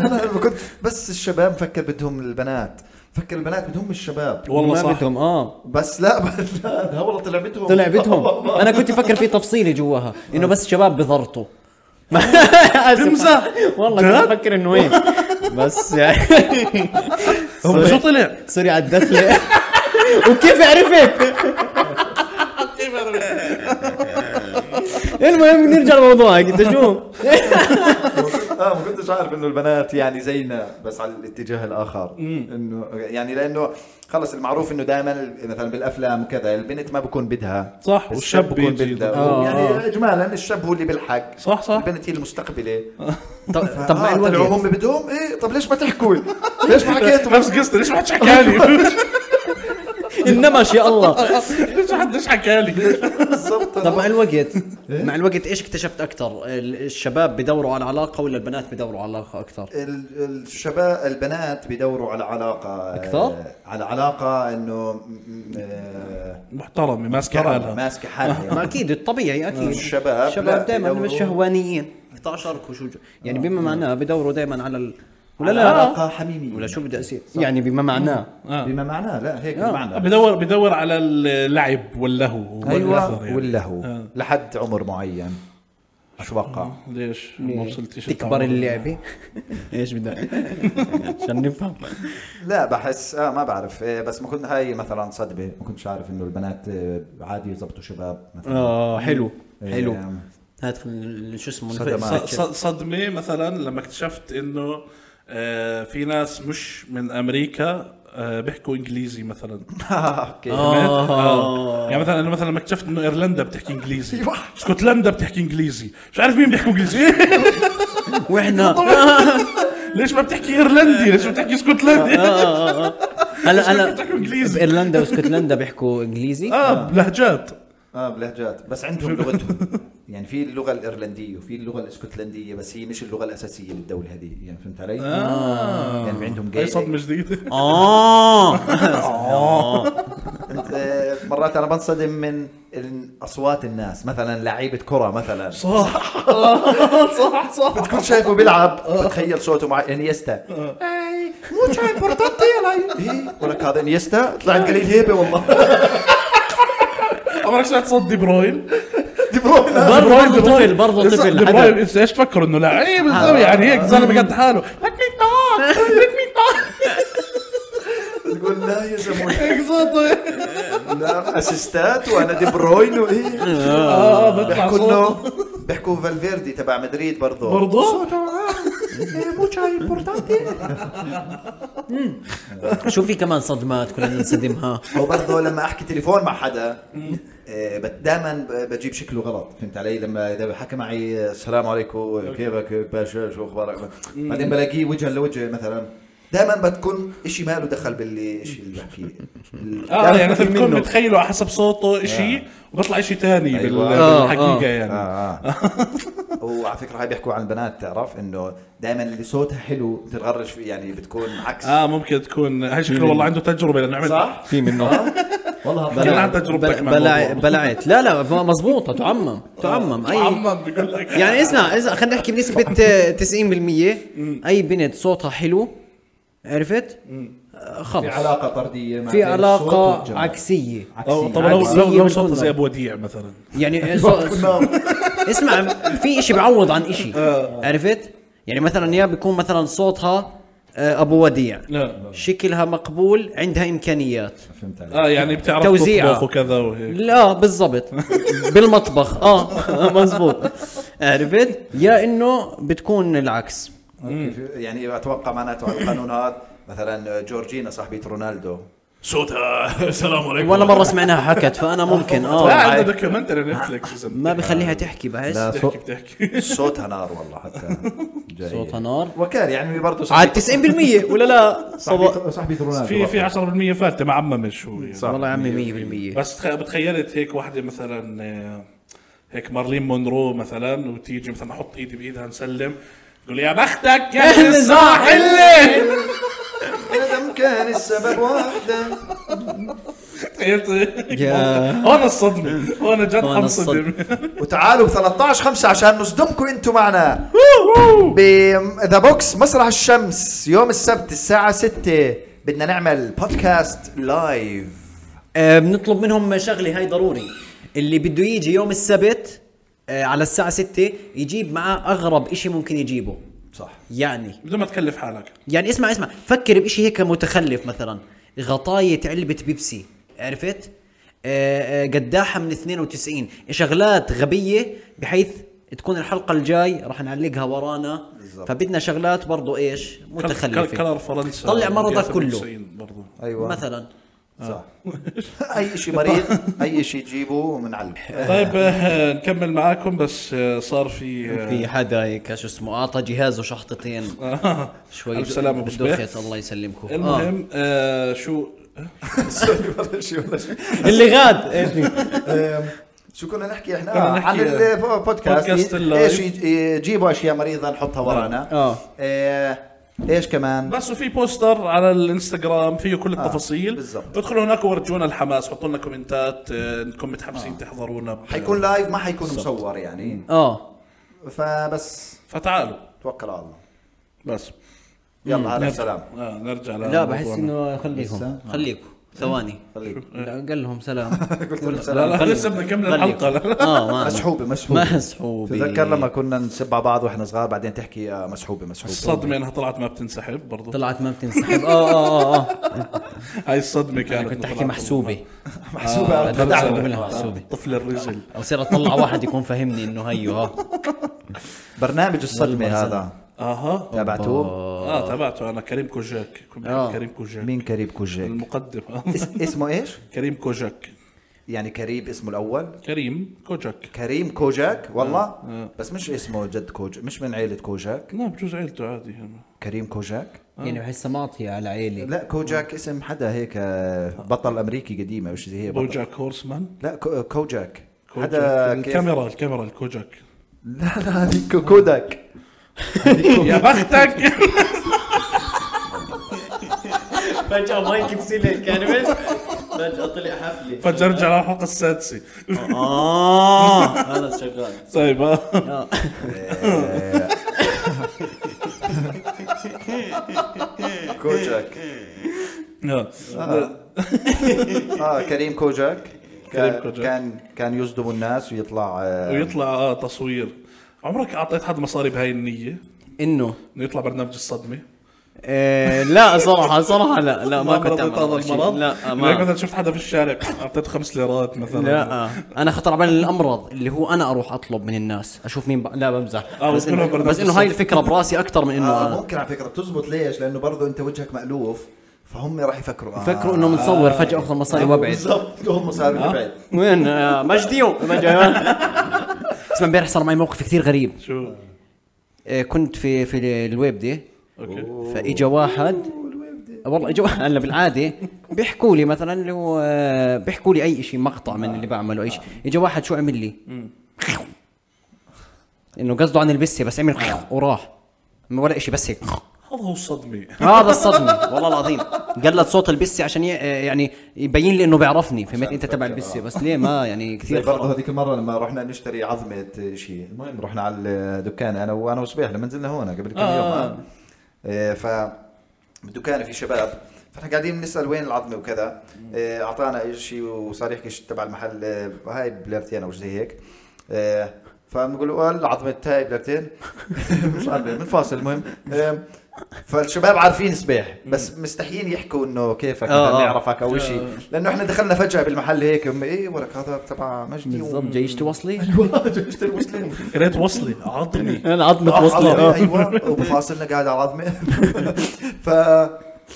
انا كنت بس الشباب مفكر بدهم البنات فكر البنات بدهم الشباب والله ما صح بدهم اه بس لا بس لا ده والله طلع بدهم طلع بدهم انا كنت افكر في تفصيلي جواها انه بس شباب بضرطوا تمزح والله كنت افكر انه هيك بس يعني. هم شو طلع؟ سوري على الدخله وكيف عرفت؟ المهم نرجع لموضوعك انت شو؟ اه ما كنتش عارف انه البنات يعني زينا بس على الاتجاه الاخر انه يعني لانه خلص المعروف انه دائما مثلا بالافلام وكذا البنت ما بكون بدها صح، والشاب والشاب بكون بيجي. بدها آه. يعني اجمالا الشاب هو اللي بيلحق صح، صح. البنت هي المستقبله طب طب مع آه، طلعوا الوقت هم بدهم ايه طب ليش ما تحكوا ليش ما حكيتوا نفس قصتي ليش ما حدش حكى لي؟ النمش يا الله ليش ما حدش حكى لي؟ بالضبط طب مع الوقت إيه؟ مع الوقت ايش اكتشفت اكثر الشباب بدوروا على علاقه ولا البنات بدوروا على علاقه اكثر ال- الشباب البنات بيدوروا على علاقه أكثر؟ آه، على علاقه انه م- م- آه، محترمه ماسكه كرم، حالها ماسكه حالها ما يعني. اكيد الطبيعي اكيد الشباب لا، الشباب دائما بدوروا- مش شهوانيين يتعشركوا شو يعني آه. بما معناه بدوروا دائما على ال... ولا على لا علاقه حميميه ولا شو بدي اصير يعني بما معناه آه. بما معناه لا هيك معنى بدور بدور على اللعب واللهو أيوة. والأثر ايوه يعني. واللهو آه. لحد عمر معين شو آه. بقى ليش ما وصلتش تكبر التعامل. اللعبه ايش بدك عشان نفهم لا بحس اه ما بعرف آه، بس ما كنت هاي مثلا صدمه ما كنتش عارف انه البنات آه، عادي يزبطوا شباب مثلا اه حلو حلو آه، هات خلينا شو اسمه صدمات. نفس- طيب، ص- ص- صدمه مثلا لما اكتشفت انه آه، في ناس مش من امريكا آه، بيحكوا انجليزي مثلا آه، اوكي فهمت؟ آه. يعني مثلا انا مثلا لما اكتشفت انه ايرلندا بتحكي انجليزي اسكتلندا بتحكي انجليزي مش عارف مين بيحكوا انجليزي واحنا ليش ما بتحكي ايرلندي ليش ما بتحكي اسكتلندي آه. هلا هلا بتحكوا إنجليزي؟ بايرلندا واسكتلندا بيحكوا انجليزي اه بلهجات اه بلهجات بس عندهم لغتهم يعني في اللغه الايرلنديه وفي اللغه الاسكتلنديه بس هي مش اللغه الاساسيه للدوله هذه يعني فهمت علي؟ اه يعني عندهم هاي جاي صدمه جديده اه آه، مرات انا بنصدم من ال- اصوات الناس مثلا لعيبه كره مثلا صح صح صح بتكون شايفه بيلعب بتخيل صوته مع انيستا اي موتشو امبورتانتي يا ولك هذا انيستا طلعت قليل هيبه والله عمرك سمعت صوت دي بروين؟ دي بروين دي بروين- برضه دي بروين- طفل، برضه لسه- طفل. آه، دي حدا. بروين لسه ايش فكر انه لعيب بالضبط يعني هيك زلمه قد حاله let me talk let me talk تقول لا يا زلمه هيك صوته لا اسيستات وانا دي بروين وايه اه بيطلع بيحكوا صوته انه بيحكوا فالفيردي تبع مدريد برضه برضه موتشو امبورتانتي شو في كمان صدمات كنا ننصدمها هو برضه لما احكي تليفون مع حدا آه، دائما بجيب شكله غلط فهمت علي لما اذا حكى معي السلام عليكم كيفك باشا شو اخبارك بعدين بلاقيه وجها لوجه مثلا دائما بتكون اشي ما له دخل باللي اشي اللي بحكيه اه دايماً بتكون يعني مثلا بتكون منه. متخيله على حسب صوته شيء وبيطلع شيء ثاني أيوة. آه، بالحقيقه آه. يعني آه آه. وعلى فكره هاي بيحكوا عن البنات تعرف انه دائما اللي صوتها حلو بتتغرج فيه يعني بتكون عكس اه ممكن تكون هاي شكله والله عنده تجربه لانه عمل صح؟ في منه والله كان هبل. عن تجربتك مع بلع... الموضوع. بلعت لا لا مضبوطه تعمم تعمم اي عمم بيقول لك يعني اسمع اسمع خلينا نحكي بنسبه 90% اي بنت صوتها حلو عرفت آه، في خلص علاقه طرديه مع في بين الصوت علاقه والجمال. عكسيه أو عكسية. طب لو عكسية لو لو من صوته كل زي نوع. ابو وديع مثلا يعني صو- صو- اسمع في اشي بعوض عن اشي آه. عرفت يعني مثلا يا بيكون مثلا صوتها آه، ابو وديع لا. شكلها مقبول عندها امكانيات فهمت علي اه يعني بتعرف توزيعة. تطبخ وكذا وهيك لا بالضبط بالمطبخ اه مزبوط عرفت يا انه بتكون العكس أوكي، في- يعني اتوقع معناته على القانون هذا مثلا جورجينا صاحبه رونالدو صوتها السلام عليكم ولا مره سمعناها حكت فانا ممكن لا اه عنده دوكيومنتري نتفلكس ما بخليها تحكي بحس لا. بتحكي بتحكي صوتها نار والله حتى جاي. صوتها نار وكان يعني برضه عاد 90% ولا لا صبا- صاحبه رونالدو في في 10% فاتة ما عممش هو يعني. والله يا عمي 100% بس تخ- بتخيلت هيك واحدة مثلا آه، هيك مارلين مونرو مثلا وتيجي مثلا احط ايدي بايدها نسلم تقول يا بختك يا أهل الساحل هذا كان السبب واحدة تخيلت هيك يا. موقف. هون الصدمة هون جد هون انصدم وتعالوا ب 13 5 عشان نصدمكم انتم معنا بذا بوكس مسرح الشمس يوم السبت الساعة 6 بدنا نعمل بودكاست لايف آه، بنطلب منهم شغله هاي ضروري اللي بده يجي يوم السبت آه، على الساعه 6 يجيب معاه اغرب إشي ممكن يجيبه صح يعني بدون ما تكلف حالك يعني اسمع اسمع فكر بإشي هيك متخلف مثلا غطاية علبة بيبسي عرفت آه، آه، قداحة من 92 شغلات غبية بحيث تكون الحلقة الجاي راح نعلقها ورانا بالضبط. فبدنا شغلات برضو ايش متخلفة كلر فرنسا طلع مرضك كله. 98 برضو ايوه مثلا صح اي شيء مريض اي شيء جيبوه ومنعلم طيب آه، نكمل معاكم بس آه، صار في آه، في حدا هيك شو اسمه اعطى جهازه شحطتين شوي ألف سلامة أبو صبيح. دخت الله يسلمكم آه. المهم آه شو سوري ولا شيء ولا شيء اللي غاد ايش أم، شو كنا نحكي احنا كنا آه، نحكي عن بودكاست البودكاست اللايف. نعم. ايش يج- إيه، يجيبوا اشياء مريضه نحطها ورانا آه. آه، ايش كمان بس وفي بوستر على الانستغرام فيه كل التفاصيل آه، بالضبط. ادخلوا هناك وارجونا الحماس حطوا لنا كومنتات آه، انكم متحمسين تحضرونا ب- حيكون لايف ما حيكون مصور يعني اه فبس فتعالوا توكل على الله بس يلا هلا نرجع- سلام آه نرجع لا لموضوعنا. بحس انه خليهم لسه؟ إيه خليكم ثواني خليك لا، قال لهم سلام قلت لهم لا سلام لا خليهم. لسه بدنا نكمل خليهم. الحلقه لا. اه ما مسحوبه مسحوبه مسحوبة تذكر لما كنا نسب على بعض واحنا صغار بعدين تحكي آه، يا مسحوبه مسحوبه الصدمه انها طلعت ما بتنسحب برضو طلعت ما بتنسحب اه اه اه هاي الصدمه كانت انا يعني كنت إنه احكي طلعت محسوبة آه، محسوبه بدي بدعم. أسوي منها محسوبة طفل الرجل او صير اطلع واحد يكون فاهمني انه هيو ها برنامج الصدمه والله هذا اها تابعتوه اه تابعته انا كريم كوجاك كنت بحب آه. كريم كوجاك مين كريب كوجيك المقدم آه. اس- اسمه ايش كريم كوجاك يعني كريب اسمه الاول كريم كوجاك كريم كوجاك والله آه، بس مش اسمه جد كوج مش من عيلة كوجاك لا نعم، بجوز عيلته عادي يعني. كريم كوجاك يعني بحسها معطية على عيلي لا كوجاك اسم حدا هيك آه، بطل امريكي قديمه مش زي هي بطل. بوجاك هورسمان لا كو- كوجاك كوجاك هذا كيف الكاميرا الكاميرا الكوجاك لا لا هذيك كو- كوداك يا بختك فجأة مايك بسيلك كان فجأة طلع حفلة فجأة رجع للحلقة السادسة اه خلاص شغال طيب آه. آه. كوجاك آه. اه كريم كوجاك كريم كريم كوجاك. كوجاك كان كان يصدم الناس ويطلع آه، ويطلع آه تصوير عمرك اعطيت حد مصاري بهاي النية انه انه يطلع برنامج الصدمة؟ إيه لا صراحه صراحه لا لا ما كنت رضيت أعمل هذا هذا الشيء. المرض؟ لا آه، إنك ما آه، مثلا شفت حدا في الشارع اعطيته خمس ليرات مثلا لا انا خطر على بالي الامرض اللي هو انا اروح اطلب من الناس اشوف مين ب... لا بمزح آه، بس وكلهم انه, برنامج بس إنه هاي الفكره براسي اكثر من انه آه أنا. ممكن على فكره بتزبط ليش؟ لانه برضه انت وجهك مألوف فهم راح يفكروا آه فكروا انه متصور فجاه اخذ مصاري وابعد بالضبط هم صاروا بعيد آه، وين آه، مجديو مجديو. اسمع امبارح صار معي موقف كثير غريب شو؟ إيه، كنت في في الويب دي اوكي فاجا واحد والله اجوا هلا بالعاده بيحكوا لي مثلا لو آه، بيحكوا لي اي شيء مقطع من اللي بعمله اي شيء اجى واحد شو عمل لي انه قصده عن البسه بس عمل وراح ما ولا شيء بس هيك هذا هو الصدمة هذا الصدمه آه، والله العظيم قلت صوت البسه عشان ي- آه، يعني يبين لي انه بيعرفني فهمت انت تبع البسه بس ليه ما يعني زي كثير برضه خرا. هذيك المره لما رحنا نشتري عظمه شيء المهم رحنا على الدكان انا وانا وصبيح لما نزلنا هون قبل كم آه. يوم آه. إيه، ف بالدكان في شباب فاحنا قاعدين بنسال وين العظمه وكذا إيه، اعطانا شيء وصار يحكي شي تبع المحل إيه، هاي بلابتين او شيء زي هيك إيه، فبنقول له "آه، العظمه هاي بلابتين مش عارف بنفاصل المهم إيه، فالشباب عارفين صبيح بس مستحيين يحكوا انه كيفك آه، مثلاً آه. نعرفك او شيء لانه احنا دخلنا فجاه بالمحل هيك هم، ايه ولك هذا تبع مجدي بالضبط جيش توصلي اشتري مسلم قريت وصلي عظمي انا عظمه عظمة، توصلي ايوه وبفاصلنا قاعد على عظمه ف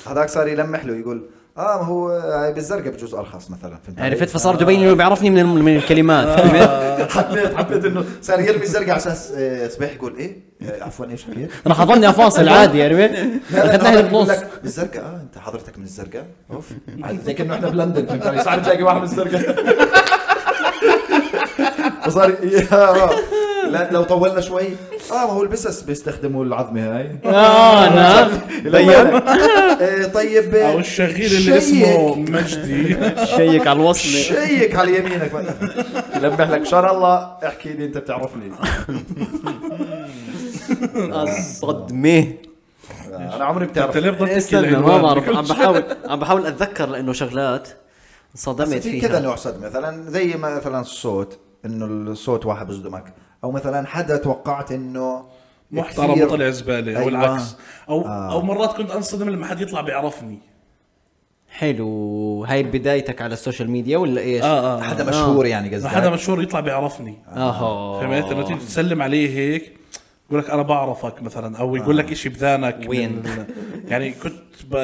هذاك صار يلمح له يقول اه ما هو هاي بالزرقاء بجوز ارخص مثلا فهمت علي؟ عرفت فصار بده يبين لي انه بيعرفني من الم- من الكلمات فهمت؟ حبيت حبيت انه صار يرمي الزرقاء على اساس آه، صبيح يقول ايه آه، عفوا ايش حكيت؟ راح اظني افاصل عادي عرفت؟ لا، لا، اخذناها هذا بيقول بالنص لك بالزرقاء اه انت حضرتك من الزرقاء اوف عادي، زي كانه احنا بلندن فهمت علي؟ صار جاي يعني واحد من الزرقاء وصار يا- آه، لا لو طولنا شوي اه ما هو البسس بيستخدموا العظمه هاي اه انا طيب آه، طيب آه، او الشغيل اللي شيك. اسمه مجدي شيك على الوصله شيك على يمينك لمح لك شر الله احكي لي انت بتعرفني الصدمه انا عمري انت ليه بتعرف بتضل تحكي إيه، استنى ما العنوان بعرف بكل عم شيء؟ بحاول عم بحاول اتذكر لانه شغلات انصدمت في كذا فيها نوع صدمه مثلا زي ما مثلا الصوت انه الصوت واحد بصدمك او مثلا حدا توقعت انه محترم كثير- وطلع زبالة او أيوة. العكس او آه. او مرات كنت انصدم لما حد يطلع بيعرفني حلو هاي بدايتك على السوشيال ميديا ولا ايش؟ اه اه حدا مشهور يعني لما حدا قصدك مشهور يطلع بيعرفني اها فهمت انه تيجي تسلم عليه هيك يقول لك انا بعرفك مثلا او يقول آه. لك شيء بذانك من وين؟ ال- يعني كنت ب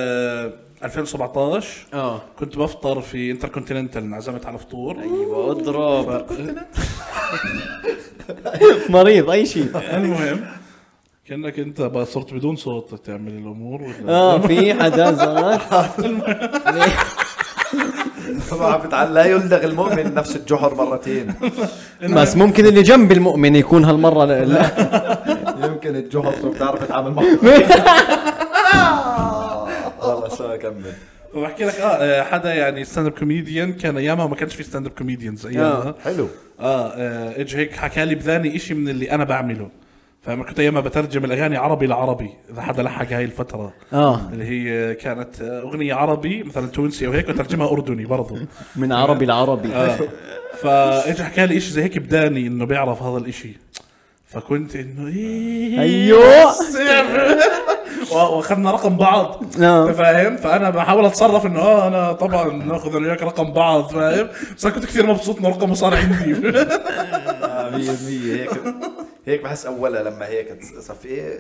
2017 اه كنت بفطر في انتركونتيننتال انعزمت على فطور أيوة. ايوه اضرب مريض اي شيء المهم كانك انت بقى صرت بدون صوت تعمل الامور ولا اه في حدا زمان طبعا بتعال- لا يلدغ المؤمن نفس الجحر مرتين بس ممكن اللي جنب المؤمن يكون هالمره لا, لا. يمكن الجحر شو بتعرف تتعامل معه والله شو اكمل وبحكي لك اه آه، حدا يعني ستاند اب كوميديان كان ايامها ما كانش في ستاند اب كوميديانز ايامها حلو اه آه، اجى هيك حكى لي بذاني شيء من اللي انا بعمله فانا كنت ايامها بترجم الاغاني عربي لعربي اذا حدا لحق هاي الفتره اه اللي هي كانت اغنيه عربي مثلا تونسي او هيك وترجمها اردني برضه من عربي لعربي آه. فاجى حكى لي شيء زي هيك بداني انه بيعرف هذا الاشي فكنت انه ايه أيوه. و- واخذنا رقم بعض آه. انت فاهم فانا بحاول اتصرف انه اه انا طبعا ناخذ انا وياك رقم بعض فاهم بس انا كنت كثير مبسوط انه رقمه صار عندي 100% آه، هيك هيك بحس اولها لما هيك تص- صفي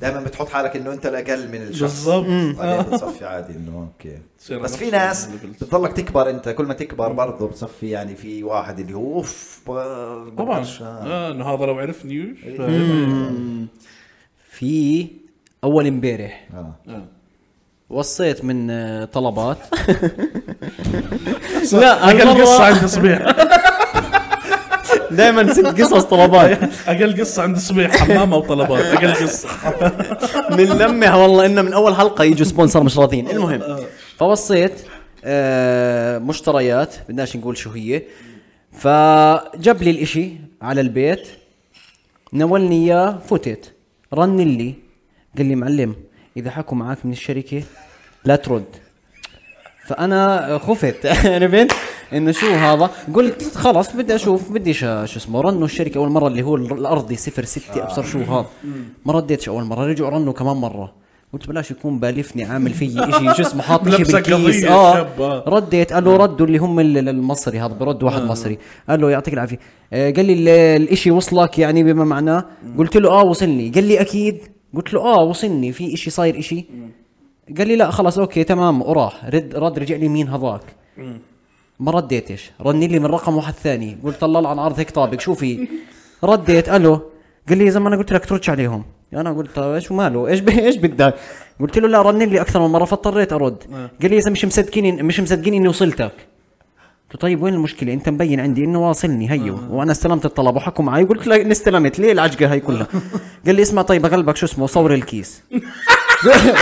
دائما بتحط حالك انه انت الاقل من الشخص بالضبط بعدين بتصفي عادي انه اوكي تصير بس في نفس ناس الليفل. بتضلك تكبر انت كل ما تكبر برضه بتصفي يعني في واحد اللي هو اوف ب- طبعا بقدرش. آه انه هذا لو آه، عرفني فاهم؟ في اول امبارح آه. وصيت من آه، طلبات اقل قصه عند صبيح دائما ست قصص طلبات اقل قصه عند صبيح حمامه وطلبات اقل قصه من لمها والله انه من اول حلقه يجوا سبونسر مش راضيين المهم فوصيت آه، مشتريات بدناش نقول شو هي فجاب لي الاشي على البيت نولني اياه فتت رن لي قال لي معلم اذا حكوا معاك من الشركه لا ترد فانا خفت عرفت انه شو هذا قلت خلص بدي اشوف بدي شا- شو اسمه رنوا الشركه اول مره اللي هو الر- الارضي 06 ابصر شو هذا ما رديتش اول مره رجعوا رنوا كمان مره قلت بلاش يكون بالفني عامل في شيء شو اسمه حاط شيء لبسة بالكيس قضية اه الشاب، آه. رديت قال له ردوا اللي هم ال- المصري هذا برد واحد مصري قال له يعطيك العافيه آه، قال لي ال- الاشي وصلك يعني بما معناه قلت له اه وصلني قال لي اكيد قلت له اه وصلني في اشي صاير اشي قال لي لا خلاص اوكي تمام وراح رد رد رجع لي مين هذاك ما رديتش رني لي من رقم واحد ثاني قلت طلع عن عرض هيك طابق شو في رديت الو قال لي يا زلمه انا قلت لك تردش عليهم انا قلت طيب ايش ماله ايش ب... ايش بدك قلت له لا رني لي اكثر من مره فاضطريت ارد قال لي يا زلمه مش مصدقين مش مصدقين اني وصلتك قلت طيب وين المشكله انت مبين عندي انه واصلني هيو آه. وانا استلمت الطلب وحكوا معي قلت له إني استلمت ليه العجقه هاي كلها قال لي اسمع طيب قلبك شو اسمه صور الكيس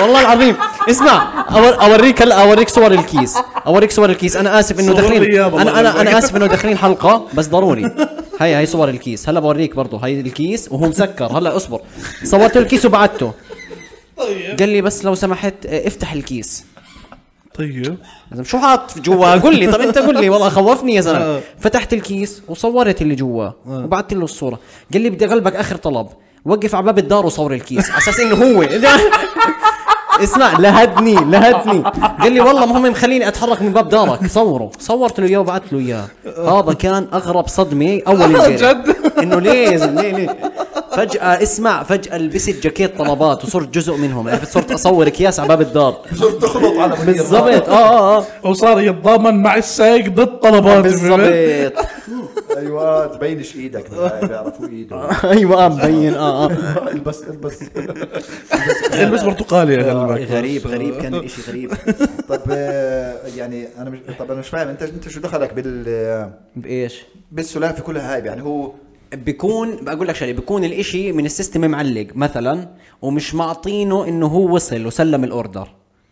والله العظيم اسمع أور- اوريك هلا اوريك صور الكيس اوريك صور الكيس انا اسف انه صور لي داخلين إياه والله انا انا قلبك. انا اسف انه داخلين حلقه بس ضروري هي هي صور الكيس هلا بوريك برضه هي الكيس وهو مسكر هلا اصبر صورت الكيس وبعته طيب قال لي بس لو سمحت آه، افتح الكيس طيب يا زلمة شو حاط جوا قل لي طب انت قل لي والله خوفني يا زلمه فتحت الكيس وصورت اللي جواه وبعثت له الصوره قال لي بدي اغلبك اخر طلب وقف على باب الدار وصور الكيس على اساس انه هو اسمع لهدني لهدني قال لي والله ما هم مخليني اتحرك من باب دارك صوره صورت له اياه وبعثت له اياه هذا كان اغرب صدمه اول امبارح جد؟ انه ليه يا زلمة؟ ليه ليه فجأة اسمع فجأة لبست جاكيت طلبات وصرت جزء منهم عرفت صرت اصور اكياس على باب الدار صرت تخلط على منير. بالضبط اه اه اه وصار يتضامن مع السايق ضد طلبات بالضبط ايوه تبينش ايدك هاي بيعرفوا ايده ايوه آه، مبين اه اه البس البس آه، البس إيه، برتقالي يا قلبك آه، غريب غريب كان الاشي غريب طب آه، يعني انا مش طب انا مش فاهم انت انت شو دخلك بال بايش؟ بالسلافه كلها هاي يعني هو بيكون بقول لك شغله بيكون الاشي من السيستم معلق مثلا ومش معطينه انه هو وصل وسلم الاوردر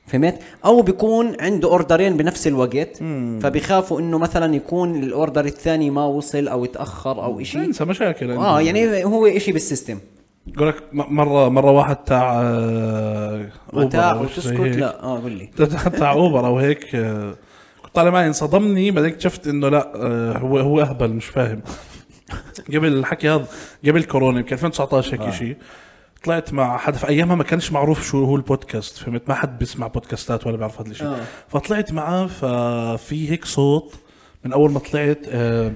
فهمت؟ او بيكون عنده اوردرين بنفس الوقت فبيخافوا انه مثلا يكون الاوردر الثاني ما وصل او تاخر او اشي انسى مشاكل عندي. اه يعني هو اشي بالسيستم بقول لك م- مره مره واحد تاع آه، أوبر متاع أو شي وتسكت هيك. لا اه قول لي تاع اوبر او هيك آه، كنت طالع معي انصدمني بعدين اكتشفت انه لا آه، هو هو اهبل مش فاهم قبل الحكي هذا قبل كورونا يمكن 2019 آه. هيك شيء طلعت مع حدا في ايامها ما كانش معروف شو هو البودكاست فهمت ما حد بيسمع بودكاستات ولا بيعرف هذا الشيء آه. فطلعت معاه ففي هيك صوت من اول ما طلعت آه،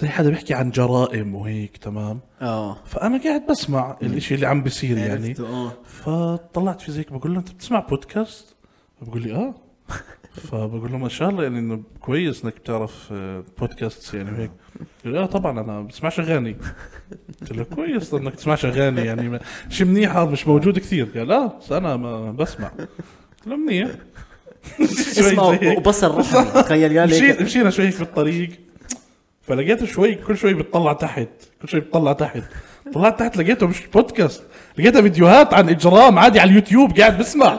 زي حدا بيحكي عن جرائم وهيك تمام اه فانا قاعد بسمع الاشي اللي عم بيصير آه. يعني عرفته، آه. فطلعت في زيك بقول له انت بتسمع بودكاست؟ بقول لي اه فبقول له ما شاء الله يعني انه كويس انك بتعرف آه، بودكاست يعني وهيك قال لي اه طبعا انا بسمعش اغاني قلت له كويس انك تسمعش اغاني يعني ما- شي منيح هذا مش موجود كثير قال اه بس انا ما بسمع قلت له منيح اسمع وبصر رحمي تخيل قال مشينا لي مشينا شوي هيك بالطريق فلقيته شوي كل شوي بتطلع تحت كل شوي بتطلع تحت طلعت تحت لقيته مش بودكاست لقيته فيديوهات عن اجرام عادي على اليوتيوب قاعد بسمع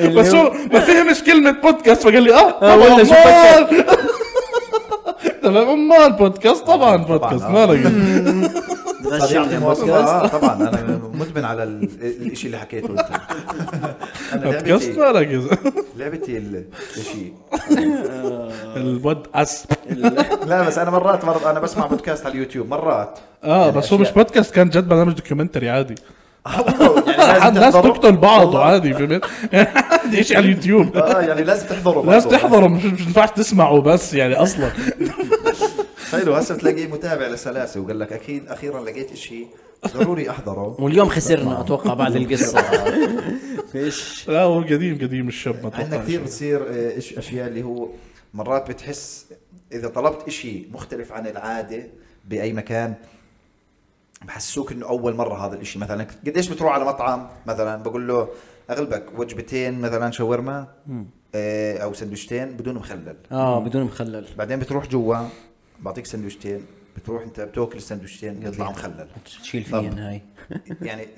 بس هو ما فهمش كلمة بودكاست فقال لي اه طبعا آه، ولا شو امال تمام امال بودكاست طبعا بودكاست آه. مالك هذا تغشعني يعطي يا مواصفات. بودكاست. آه، طبعا انا مدمن على ال- الشيء اللي حكيته انت انا بودكاست لعبتي مالك يا زلمة. لعبتي ال- الشيء البودكاست لا بس انا مرات مرات انا بسمع بودكاست على اليوتيوب مرات اه بس هو مش بودكاست كان جد برنامج دوكيومنتري عادي يعني لازم الناس تحضره. تقتل بعض والله. عادي فهمت عادي شيء على اليوتيوب اه يعني لازم تحضره لازم برضه. تحضره مش مش ينفعش تسمعه بس يعني اصلا تخيلوا هسه بتلاقيه متابع لسلاسه وقال لك اكيد اخيرا لقيت شيء ضروري آه. احضره واليوم خسرنا اتوقع بعد القصه فيش لا هو قديم قديم الشاب ما عندنا اتوقعش كثير بتصير آه، إش- اشياء اللي هو مرات بتحس اذا طلبت إشي مختلف عن العاده باي مكان بحسوك انه اول مره هذا الإشي مثلا قديش بتروح على مطعم مثلا بقول له اغلبك وجبتين مثلا شاورما آه، او سندويشتين بدون مخلل اه بدون مخلل بعدين بتروح جوا بعطيك سندويشتين بتروح انت بتاكل السندوتشين بيطلع مخلل تشيل طب. فيا هاي يعني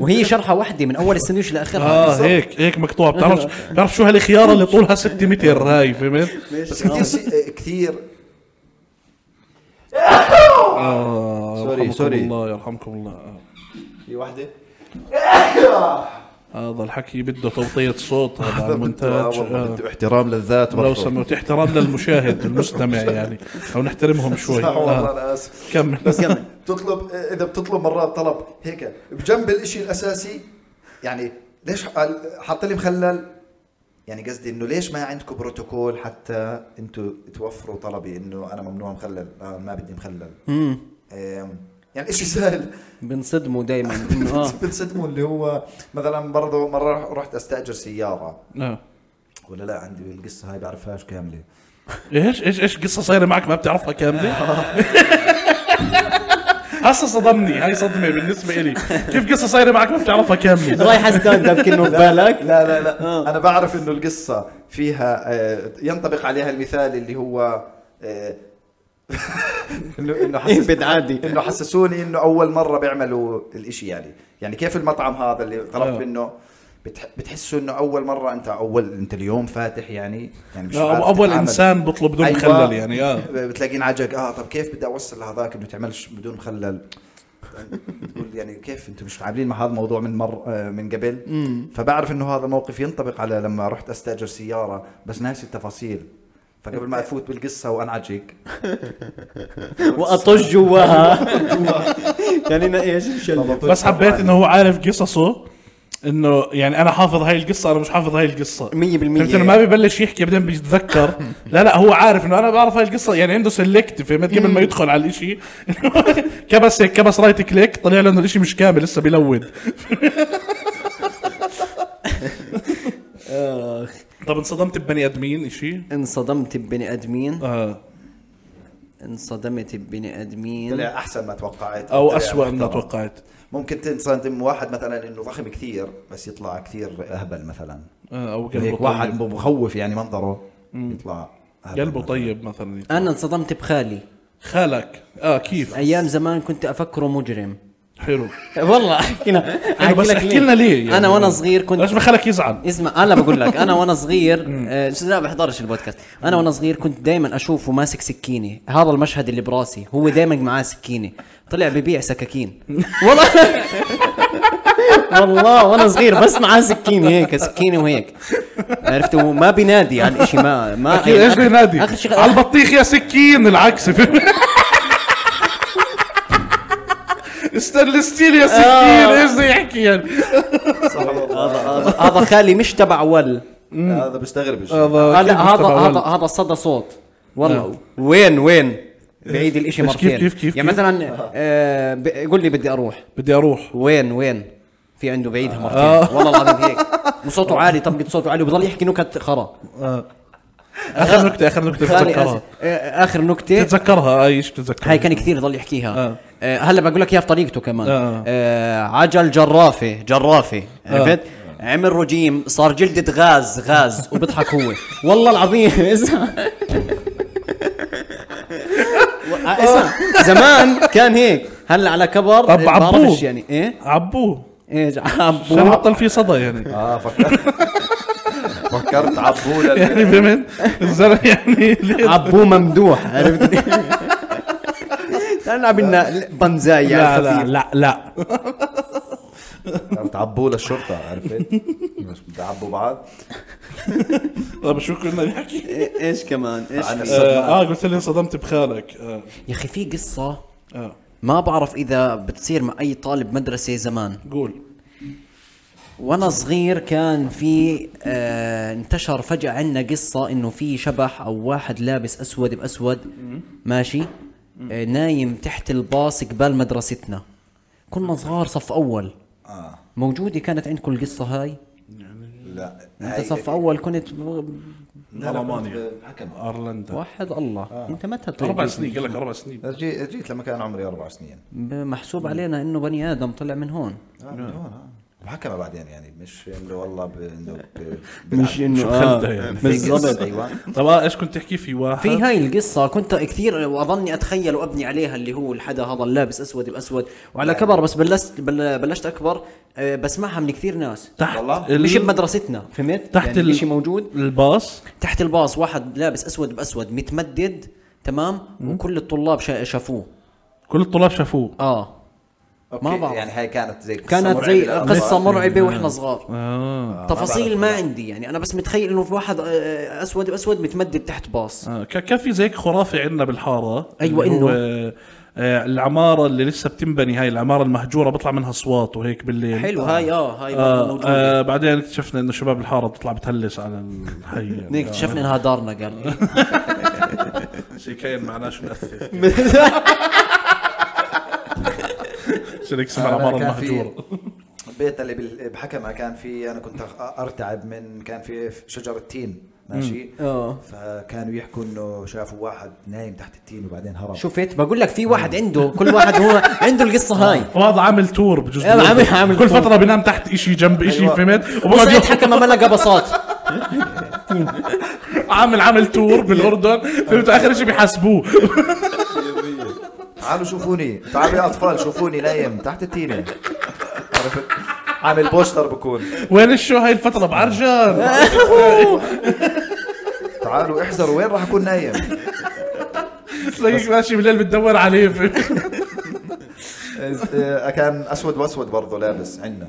وهي شرحه واحده من اول السندويش لاخرها اه هيك هيك مقطوع بتعرف بتعرف شو هالخياره اللي طولها 6 متر هاي فهمت؟ بس كثير شيء- كثير آه سوري، يرحمكم سوري. الله يرحمكم الله آه. في وحده هذا الحكي بده توطية صوت هذا على المونتاج آه. والله آه. احترام للذات لو برضه. سمحت احترام للمشاهد المستمع يعني او نحترمهم شوي صح والله آه. انا اسف كمل بس كمل تطلب اذا بتطلب مرات طلب هيك بجنب الاشي الاساسي يعني ليش قال- حط لي مخلل يعني قصدي انه ليش ما عندكم بروتوكول حتى انتم توفروا طلبي انه انا ممنوع مخلل آه ما بدي مخلل آم، يعني اشي سهل بنصدموا دائما انه آه. اه بتصدموا اللي هو مثلا برضه مره رحت استاجر سياره آه. ولا لا عندي القصه هاي بعرفهاش كامله ايش ايش ايش قصه صايره معك ما بتعرفها كامله؟ هسه صدمني هاي صدمه بالنسبه لي كيف قصه صايره معك ما بتعرفها كامله؟ رايح ستاند اب كأنه ببالك لا لا لا آه. انا بعرف انه القصه فيها آه، ينطبق عليها المثال اللي هو آه، انه انه حسس- اهبد عادي انه حسسوني انه اول مره بيعملوا الاشي يعني يعني كيف المطعم هذا اللي آه. طلبت منه بتح- بتحسوا انه اول مره انت اول انت اليوم فاتح يعني يعني مش آه، عارف اول تتعامل. انسان بطلب بدون أيوة. مخلل يعني اه بتلاقيه عجق اه طب كيف بدي اوصل لهذاك انه تعملش بدون مخلل بتقول يعني كيف انتم مش عاملين مع هذا الموضوع من مر آه، من قبل فبعرف انه هذا موقف ينطبق على لما رحت استاجر سياره بس ناسي التفاصيل فقبل إيه. ما افوت بالقصه وانعجق واطج جواها يعني انا ايش بس حبيت انه هو عارف قصصه انه يعني انا حافظ هاي القصه انا مش حافظ هاي القصه 100% فهمت انه ما ببلش يحكي بعدين بيتذكر لا لا هو عارف انه انا بعرف هاي القصه يعني عنده سلكت فهمت قبل ما يدخل على الاشي كبس هيك كبس رايت كليك طلع له انه الاشي مش كامل لسه بيلود اخ طب انصدمت ببني ادمين اشي آه. انصدمت ببني ادمين آه. انصدمت ببني ادمين طلع احسن ما توقعت او طلع اسوء ما محترم. توقعت ممكن تنصدم واحد مثلا انه ضخم كثير بس يطلع كثير اهبل مثلا آه، او قلبه هيك طيب واحد مخوف يعني منظره يطلع أهبل قلبه مثلاً. طيب مثلا انا انصدمت بخالي خالك اه كيف ايام زمان كنت افكره مجرم حلو والله احكينا حلو، إيه، بس احكي لنا ليه يعني. انا وانا صغير كنت يعني ليش ما خالك يزعل اسمع انا بقول لك انا وانا صغير آه، لا بحضرش البودكاست انا وانا صغير كنت دائما اشوفه ماسك سكينه هذا المشهد اللي براسي هو دائما معاه سكينه طلع ببيع سكاكين والله والله وانا صغير بس معاه سكينه هيك سكينه وهيك عرفت وما بينادي عن شيء ما ما اكيد ايش آخر- بينادي اخر شيء على البطيخ يا سكين العكس استنلستيل يا سكين آه. ايش بده يحكي يعني صح والله. هذا هذا خالي مش تبع ول هذا بستغرب الشيء. آه، لا كيف هذا مستوى هذا أول؟ هذا صدى صوت والله آه. نعم. وين وين بعيد الاشي إيش كيف- مرتين كيف- كيف- يعني كيف؟ مثلا آه، ب- قول لي بدي آه. اروح بدي اروح وين وين في عنده بعيدها مرتين والله العظيم هيك وصوته عالي طبقة صوته عالي وبضل يحكي نكت خرا آه. آه. اخر نكته اخر نكته خالي بتتذكرها آس- آه، اخر نكته بتتذكرها اي ايش بتتذكرها هاي كان كثير ضل يحكيها آه. آه. هلا بقول لك اياها بطريقته كمان آه. آه. آه. آه. عجل جرافه جرافه عرفت عمل رجيم صار جلدة غاز غاز وبيضحك هو والله العظيم اسمع و- آه، اسمع زمان كان هيك هلا على كبر طب عبوه بعرفش يعني ايه عبوه ايه عشان عبوه عطل فيه صدى يعني آه. اه فكرت فكرت عبوله يعني فهمت الزلمه يعني ليه عبوه ممدوح عرفت لا نلعب لنا بنزاي لا على لا الخفيف لا لا فكرت عبوله الشرطه عرفت بس بدي عبوا بعض طب شو كنا نحكي إيه- ايش كمان ايش عن في؟ اه آه، قلت لي انصدمت بخالك آه، يا اخي في قصه اه ما بعرف اذا بتصير مع اي طالب مدرسه زمان قول وانا صغير كان في آه انتشر فجاه عندنا قصه انه في شبح او واحد لابس اسود باسود ماشي آه نايم تحت الباص قبال مدرستنا كنا صغار صف اول اه موجوده كانت عندكم القصه هاي لا انت صف اول كنت ألمانيا. حكم ايرلندا وحد الله آه. انت متى اربع طلعت طيب. سنين قال لك اربع سنين آه. جيت جيت لما كان عمري اربع سنين محسوب علينا انه بني ادم طلع من هون آه، من هون، آه. وحكمها بعدين يعني مش انه والله ب- انه ب- مش بالعكس. انه شو آه خلده يعني. بالضبط ايوه طب آه، ايش كنت تحكي في واحد في هاي القصة كنت كثير واظني اتخيل وابني عليها اللي هو الحدا هذا اللابس اسود باسود وعلى كبر بس بلشت بل- بلشت اكبر آه، بسمعها من كثير ناس تحت والله. ال- مش بمدرستنا فهمت؟ تحت يعني ال- الشيء موجود الباص تحت الباص واحد لابس اسود باسود متمدد تمام وكل الطلاب شا- شافوه كل الطلاب شافوه اه ما أوكي، بعرف. يعني هاي كانت زي آه، قصة كانت مرعبة زي للأطفال. قصة مرعبة واحنا صغار اه, تفاصيل بعرف. ما عندي يعني انا بس متخيل انه في واحد آه، آه، اسود باسود متمدد تحت باص آه. ك- كان في زي هيك خرافه عندنا بالحاره أيوة، اللي هو، إنه. آه، العماره اللي لسه بتنبني هاي العماره المهجوره بيطلع منها اصوات وهيك بالليل حلو هاي اه هاي آه موجودة. آه بعدين اكتشفنا انه شباب الحاره بتطلع بتهلس على آه، الحي هنيك اكتشفنا انها دارنا قال شيء كاين معناش مؤثر عشان هيك اسمها أنا العماره كان في- المهجوره بيتنا اللي بال- بحكمها كان في انا كنت أخ- ارتعب من كان في شجره تين ماشي آه. فكانوا يحكوا انه شافوا واحد نايم تحت التين وبعدين هرب شفت بقول لك في واحد عنده كل واحد هو عنده القصه هاي وهذا عامل تور بجوز يلا، عامل- عامل كل تور. فتره بينام تحت اشي جنب اشي أيوة. فهمت وبقعد وسعيد يحكي- حكم ما لقى بساط عامل عامل تور بالاردن فهمت اخر شيء بيحاسبوه تعالوا شوفوني تعالوا يا اطفال شوفوني نايم تحت التينه عرفت عامل بوستر بكون وين الشو هاي الفتره بعرجان تعالوا احذروا وين راح اكون نايم تلاقيك ماشي بالليل بتدور عليه فهمت؟ آه، كان اسود واسود برضه لابس عندنا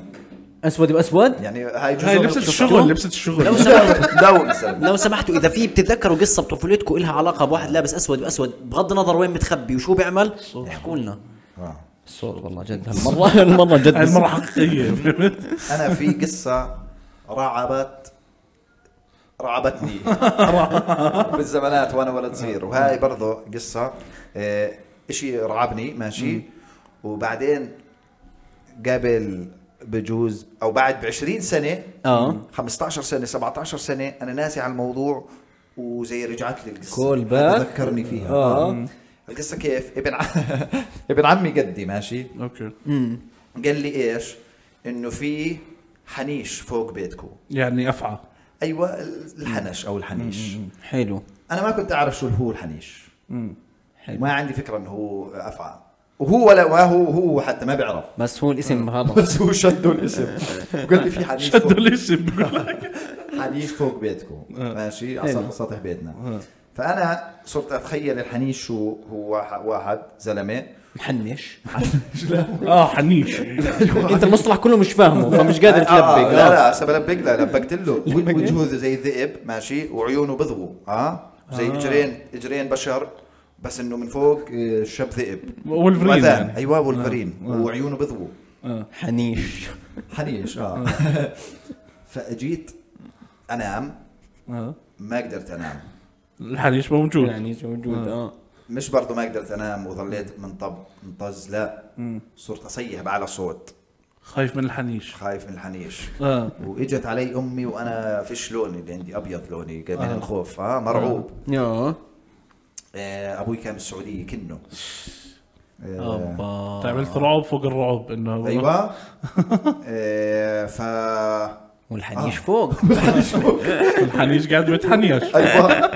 اسود باسود يعني هاي جزء هاي من لبسه القصة. الشغل لبسه الشغل لو سمحتوا داون سلم. لو سمحتوا اذا في بتتذكروا قصه بطفولتكم لها علاقه بواحد لابس اسود باسود بغض النظر وين متخبي وشو بيعمل احكوا لنا آه. الصور والله جد هالمره المره جد هاي المره حقيقيه فهمت؟ انا في قصه رعبت رعبتني بالزمانات وانا ولد صغير وهاي برضه قصه آه، اشي رعبني ماشي وبعدين قبل بجوز او بعد ب 20 سنه آه. 15 سنه 17 سنه انا ناسي على الموضوع وزي رجعت لي القصه Call back. ذكرني فيها آه. القصه كيف ابن ع- ابن عمي قدي ماشي اوكي قال لي ايش انه في حنيش فوق بيتكم يعني افعى ايوه الحنش او الحنيش حلو انا ما كنت اعرف شو هو الحنيش ما عندي فكره انه هو افعى وهو ولا ما هو هو حتى ما بيعرف بس هو الاسم هذا بس هو شدوا الاسم قال لي في حنيش شدوا فوق الاسم بقول لك. حنيش فوق بيتكم ماشي على سطح- سطح بيتنا فانا صرت اتخيل الحنيش شو هو واحد- واحد زلمه محنش اه حنيش انت المصطلح كله مش فاهمه فمش قادر آه، آه، تلبق لا آه. لا هسه بلبق لا لبقت له وجهه زي الذئب ماشي وعيونه بيضغوا اه زي آه. اجرين اجرين بشر بس انه من فوق آه، شب ذئب وولفرين وأذان. يعني. آه. ايوه ولفرين وعيونه بيضغوا حنيش حنيش اه فاجيت انام آه. ما قدرت انام الحنيش موجود يعني موجود اه مش برضه ما قدرت انام وظليت منطب منطز لا صرت اصيح بعلى صوت خايف من الحنيش خايف من الحنيش اه واجت علي امي وانا فيش لوني اللي عندي ابيض لوني من الخوف اه مرعوب آه. آه، ابوي كان بالسعوديه كنه الله عملت رعب فوق الرعب انه ايوه آه، ف والحنيش آه. فوق الحنيش قاعد بيتحنيش ايوه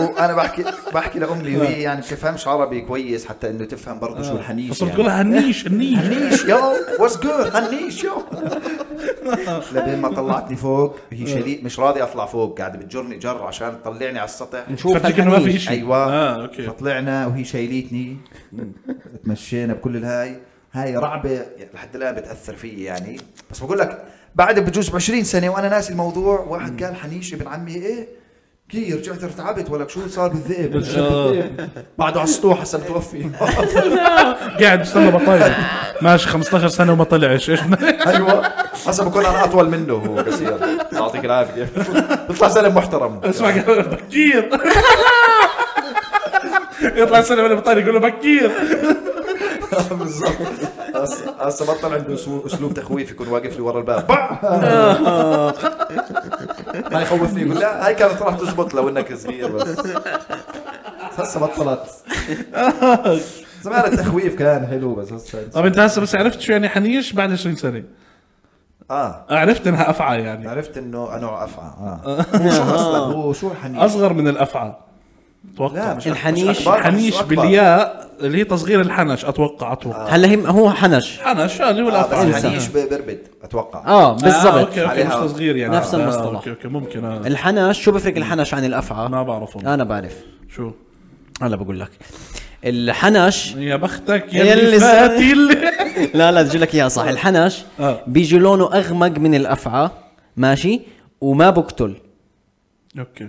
وانا بحكي بحكي لامي وهي يعني بتفهمش عربي كويس حتى انه تفهم برضه شو الحنيش فصرت يعني تقول هنيش هنيش حنيش يو واتس جود حنيش يو لبين ما طلعتني فوق هي شديد مش راضي اطلع فوق قاعده بتجرني جر عشان تطلعني على السطح نشوف فرجيك إنه ما في الحنيش. إشي. ايوه آه، أوكي. فطلعنا وهي شايلتني تمشينا بكل الهاي هاي رعبه لحد الان بتاثر فيي يعني بس بقول لك بعد بجوز ب 20 سنه وانا ناسي الموضوع واحد قال حنيش ابن عمي ايه كي رجعت ارتعبت ولك شو صار بالذئب آه. الذئب. بعده على السطوح هسه متوفي قاعد بستنى بطايق ماشي 15 سنه وما طلعش ايش بدنا- ايوه هسه بكون انا اطول منه هو قصير يعطيك العافيه بيطلع زلم محترم اسمع قاعد- بكير يطلع سنه ولا بطايق يقول له بكير بالضبط هسه هسه بطل عنده أسلو- اسلوب تخويف يكون واقف لي ورا الباب ما يخوفني يقول لا هاي كانت راح تزبط لو انك صغير بس هسه بطلت زمان التخويف كان حلو بس هسه طب انت هسه بس عرفت شو يعني حنيش بعد 20 سنه اه عرفت انها افعى يعني عرفت انه نوع افعى اه شو اصلا هو شو الحنيش؟ اصغر من الافعى اتوقع أكبر، الحنيش- أكبر، مش حنيش أكبر. بالياء اللي هي تصغير الحنش اتوقع اتوقع هلا هي هو حنش حنش آه، اللي هو آه، الافعى بس إنسان. حنيش بربد اتوقع اه آه، بالضبط اوكي اوكي مش عليها تصغير يعني نفس آه، المصطلح. اوكي اوكي ممكن آه. الحنش شو بفرق الحنش عن الافعى؟ ما بعرفهم انا بعرف شو انا بقول لك الحنش يا بختك يا يا اللي اللي فاتي اللي لا لا تجي لك اياها صح الحنش آه. بيجي لونه اغمق من الافعى ماشي وما بقتل اوكي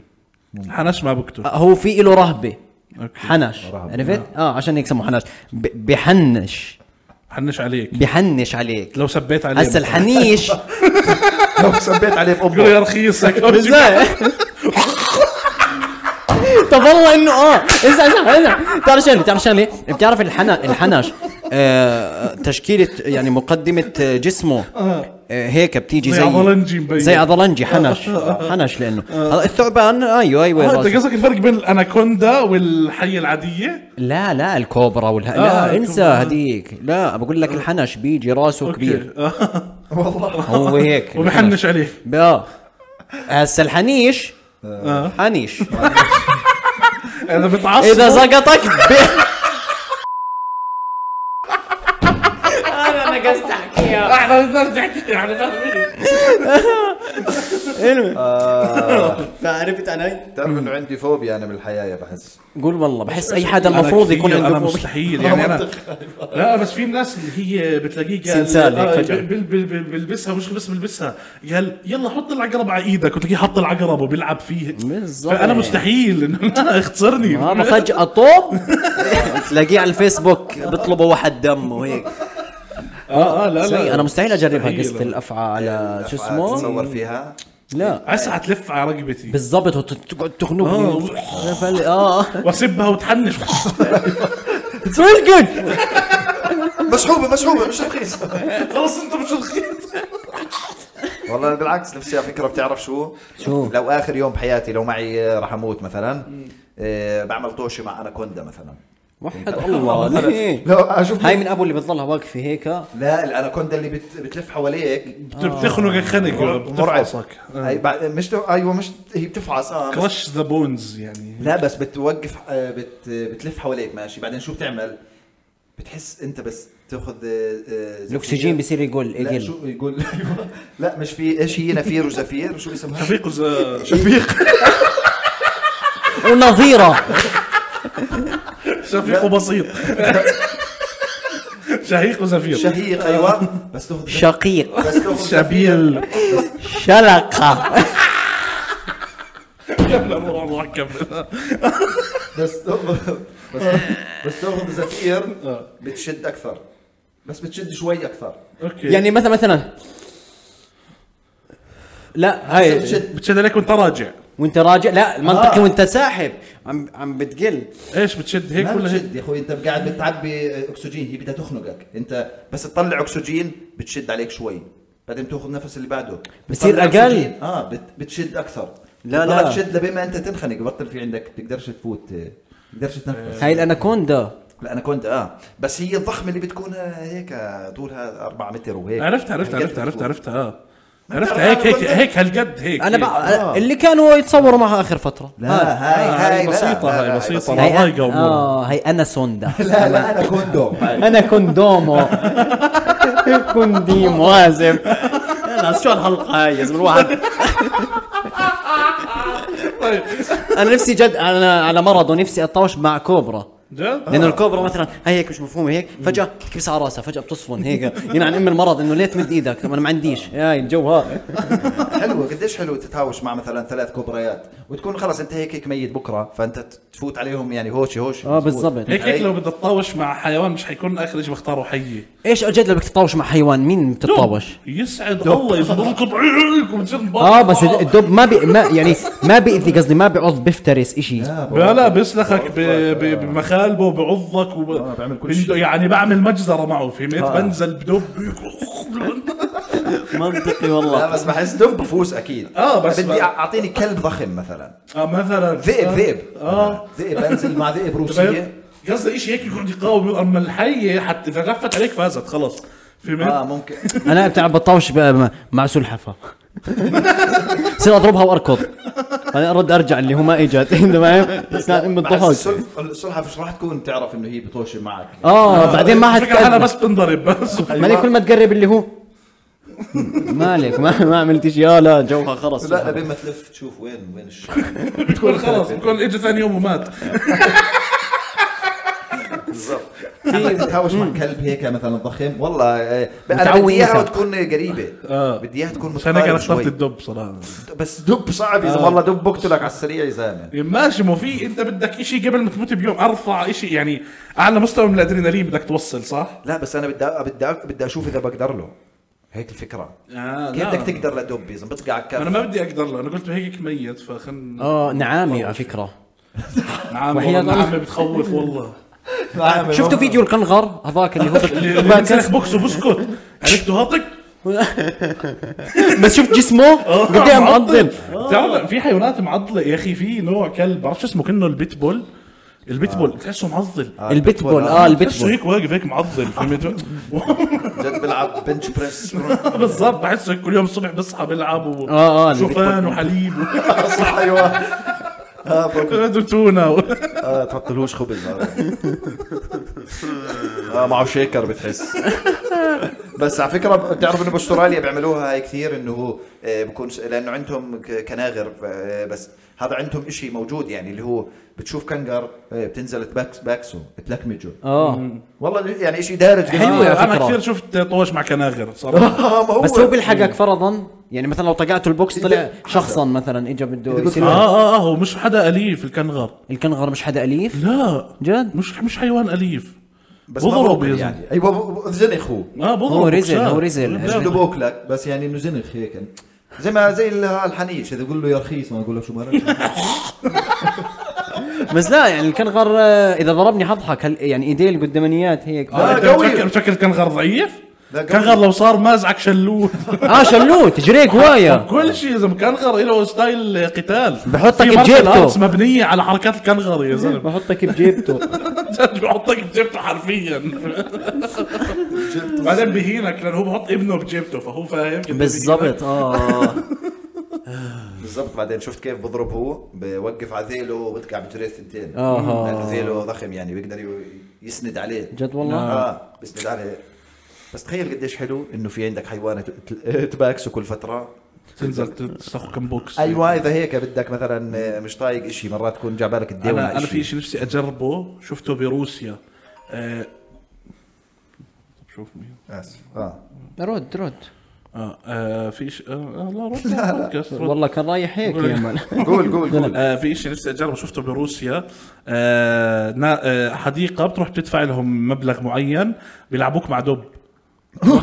حنش ما بكتب هو في له رهبه أوكي. آه. حنش رهبة. عرفت؟ اه عشان هيك سموه حنش ب- بحنش حنش عليك بحنش عليك لو سبيت عليه هسا مثلاً. الحنيش لو سبيت عليه قول بامه يا رخيصك ازاي؟ طب والله انه اه اسمع اسمع اسمع تعرف شغله تعرف شغله بتعرف الحنا الحنش آه، تشكيله يعني مقدمه جسمه آه، هيك بتيجي زي زي عضلنجي مبين. زي عضلنجي حنش حنش لانه هلا آه، الثعبان ايوه ايوه آه، انت الراس. قصدك الفرق بين الاناكوندا والحيه العاديه لا لا الكوبرا والها آه، لا الكوبرا. انسى هديك لا بقول لك الحنش بيجي راسه كبير آه. والله هو هيك وبحنش عليه اه هسا الحنيش آه. حنيش اذا بتعصب اذا زقطك ب... انا نقصت احكيها احنا بدناش نحكي احنا فاهمين فعرفت علي؟ بتعرف انه عندي فوبيا انا بالحياه يا بحس قول والله بحس اي حدا المفروض يكون أنا عنده فوبيا مستحيل يعني انا لا بس في ناس اللي هي بتلاقيه قال سلسال هيك آه، فجأة. بل- بل- بل- بلبسها مش بس بلبسها قال يلا حط العقرب على ايدك وتلاقيه حط العقرب وبيلعب فيه بالظبط. فانا مستحيل انه أنا اختصرني هذا فجأة طوب تلاقيه على الفيسبوك بيطلبوا واحد دم وهيك اه اه لا سيء. لا انا مستحيل اجربها مستحيل. قصة الافعى على شو الأفعال اسمه تتصور فيها لا عسى تلف على رقبتي بالضبط وتقعد آه. تخنقني فل- اه واسبها وتحنش اتس ريل جود مسحوبه مسحوبه مش رخيص خلص انت مش رخيص والله أنا بالعكس نفسي على فكره بتعرف شو؟ شو؟ لو اخر يوم بحياتي لو معي آه، راح اموت مثلا آه، بعمل طوشه مع اناكوندا مثلا وحد الله ليه؟ لو اشوف هاي من ابو اللي بتضلها واقفه هيك لا الاناكوندا اللي بت... بتلف حواليك بتخنقك خنقه بتفعصك هي بعد مش ايوه مش هي بتفعص اه بس- كرش ذا بونز يعني لا بس بتوقف آه، بت... بتلف حواليك ماشي بعدين شو بتعمل؟ بتحس انت بس تاخذ آه، آه، زفير. الاكسجين بصير يقول لا يقل شو يقول أيوة. لا مش في ايش هي نفير وزفير شو اسمها؟ شفيق ز- ونظيره شفيق بسيط شهيق وزفير شهيق ايوه بس تاخذ شقيق بس تاخذ شبيل شلقه كمل روح روح كمل بس تاخذ بس بس تاخذ زفير آه. بتشد اكثر بس بتشد شوي اكثر اوكي يعني يعني مثلا مثلا لا هاي بتشد بتشد عليك وانت راجع وانت راجع لا المنطقي آه. وانت ساحب عم عم بتقل ايش بتشد هيك ما ولا هيك بتشد يا اخوي انت قاعد بتعبي اكسجين هي بدها تخنقك انت بس تطلع اكسجين بتشد عليك شوي بعدين بتاخذ النفس اللي بعده بصير بتطلع أقل. أكسجين، اه بت بتشد اكثر لا، بتضلك لا. تشد لبين ما انت تنخنق بطل في عندك تقدرش تفوت آه، تقدرش تنفس هاي الاناكوندا لا انا كنت اه بس هي الضخمه اللي بتكون آه، هيك آه، طولها 4 متر وهيك يعني عرفت عرفت هيك عرفت عرفت بتفوت. عرفت اه عرفت هيك هيك هيك هالقد هيك انا آه. بقى اللي كانوا يتصوروا معها اخر فتره لا هاي آه، هاي هاي بسيطة، هاي بسيطة. والله هاي رايقة أمورها. اه هاي اناسوندا لا لا انا كوندوم انا كوندومو كونديم وازم خلاص شو الحلقه هاي يا زلمه الواحد طيب. انا نفسي جد انا على مرض ونفسي اتطاوش مع كوبرا جد؟ لانه الكوبرا مثلا هي هيك مش مفهومه هيك فجاه تكبس على راسها فجاه بتصفن هيك ينعن ام المرض انه ليه تمد ايدك طب انا ما عنديش هاي الجو هذا حلوه قديش حلو تتهاوش مع مثلا ثلاث كوبريات وتكون خلص انت هيك هيك ميت بكره فانت تفوت عليهم يعني هوشي هوشي اه مزبوط. بالضبط هيك هيك لو بدك تطاوش مع حيوان مش حيكون اخر شيء بختاره حيه ايش اجد لو بدك تطاوش مع حيوان مين بتطاوش يسعد الله يضربك عيونك وبتصير آه، اه بس الدب ما بي ما يعني ما بيأذي قصدي ما بيعض بيفترس اشي لا لا بيسلخك ب- ب- بمخالبه وبعضك وب... آه، بعمل كل شيء. بنده- يعني بعمل مجزره معه فهمت آه. بنزل بدب منطقي لا بس بحس دب بفوس اكيد آه، بس بدي بقى. اعطيني كلب ضخم مثلا آه، مثلا ذئب ذئب اه ذئب انزل مع ذئب فهمت؟ روسيه قصدي شيء هيك يقعد يقاوم اما الحيه حتى اذا لفت عليك فازت خلص فهمت؟ اه ممكن انا بتاع بطوش بقى مع سلحفه صير اضربها واركض انا ارد ارجع اللي هو ما اجت انت فاهم؟ بس لا، من مع الضحك السلف- السلحفة مش راح تكون تعرف انه هي بتوشي معك اه بعدين ما الفكرة انا حد بس بنضرب بس مالك كل ما تقرب اللي هو مالك أيوة. ما, ما عملت شيء اه لا جوها خلص لا لبين ما تلف تشوف وين وين الشيء بتكون خلص بتكون اجى ثاني يوم ومات طيب، بالضبط في بتهاوش مع كلب هيك مثلا ضخم والله آه، انا متعوي بدي اياها إنسان. تكون قريبه بدي اياها تكون عشان هيك انا متقاربه اخترت طيب، شوي الدب صراحه بس آه. دب صعب يا زلمه والله دب بقتلك على السريع يا زلمه ماشي ما في انت بدك شيء قبل ما تموت بيوم ارفع شيء يعني اعلى مستوى من الادرينالين بدك توصل صح؟ لا بس انا بدي بدي بدي اشوف اذا بقدر له هيك الفكره آه كيف بدك تقدر لدب يا زلمه بطقع على انا الكف ما بدي اقدر له انا قلت هيك ميت فخلنا اه نعامي على فكره نعم وحياة والله الله. نعم بتخوف والله نعم، شفتوا والله. فيديو الكنغر هذاك اللي اللي بنسلخ هبط بوكس وبسكت عرفته هاطك بس شفت جسمه قد ايه معضل آه، تعرف في حيوانات معضله يا اخي في نوع كلب بعرف شو اسمه كانه البيت بول البيت بول بتحسه معضل آه، البيتبول اه بتحسه البيتبول هيك واقف هيك معضل فهمت جد بلعب بنش بريس بالظبط بحسه هيك كل يوم الصبح بصحى بيلعب و- آه، آه، شوفان وحليب صح ايوه اه بقول- وتونه و- اه تحطلوش خبز آه. اه معه شيكر بتحس بس على فكره بتعرف انه باستراليا بيعملوها هاي كثير انه هو آه، بكون س- لانه عندهم ك- كناغر آه، بس هذا عندهم إشي موجود يعني اللي هو بتشوف كنغر آه، بتنزل تباكس باكسه تلكمجه أمم. اه والله يعني إشي دارج حلوة يا انا فكرة. آه، كثير شفت طوش مع كناغر صراحه آه، ما هو بس هو أمم. بيلحقك فرضا يعني مثلا لو طقعته البوكس طلع إذا- شخصا مثلا اجى بده إذا قلت اه يصير اه اه هو مش حدا اليف الكنغر الكنغر مش حدا اليف لا جد مش مش حيوان اليف بس ما بضرب بأكل يا زلمه يعني ايوه ب- ب- زنخ هو اه بضرب هو رزل، بوكسات. يعني هو رزل. لا، مش بده بوكلك بس يعني انه زنخ هيك زي ما زي ال- الحنيش اذا بقول له يا رخيص ما اقول لك شو مالك بس لا يعني الكنغر آه، اذا ضربني حضحك هل يعني ايديه القدامانيات هيك آه، لا، أنت قوي. بتفكر بتفكر كنغر ضعيف؟ لا، قوي. كنغر لو صار مازعك شلوه اه شلوت جريك هوايه كل شيء يا زلمه كنغر له ستايل قتال بحطك في مارشال بجيبته. آرتس مبنيه على حركات الكنغر يا زلمه بحطك بجيبته جد بحطك بجيبته حرفيا بعدين بهينك لانه هو بحط ابنه بجيبته فهو فاهم كده بهينك. بالضبط اه بالضبط بعدين شفت كيف بضرب هو بوقف على ذيله وبتقع بتري الثنتين آه. لانه ذيله ضخم يعني بيقدر ي- يسند عليه جد والله؟ اه بيسند عليه بس تخيل قديش حلو انه في عندك حيوانه ت- ت- تباكسه كل فتره تنزل تستخو كم بوكس ايوه أيوة. اذا هيك بدك مثلا مش طايق إشي مرات تكون جابالك الديوان انا انا في شيء نفسي اجربه شفته بروسيا آه، طب شوف مين اسف اه رد رد اه, آه في شيء آه آه، لا رد بودكاست، رد. والله كان رايح هيك يعني. يا مان قول قول قول آه في شيء نفسي اجربه شفته بروسيا آه نا آه حديقه بتروح بتدفع لهم مبلغ معين بيلعبوك مع دب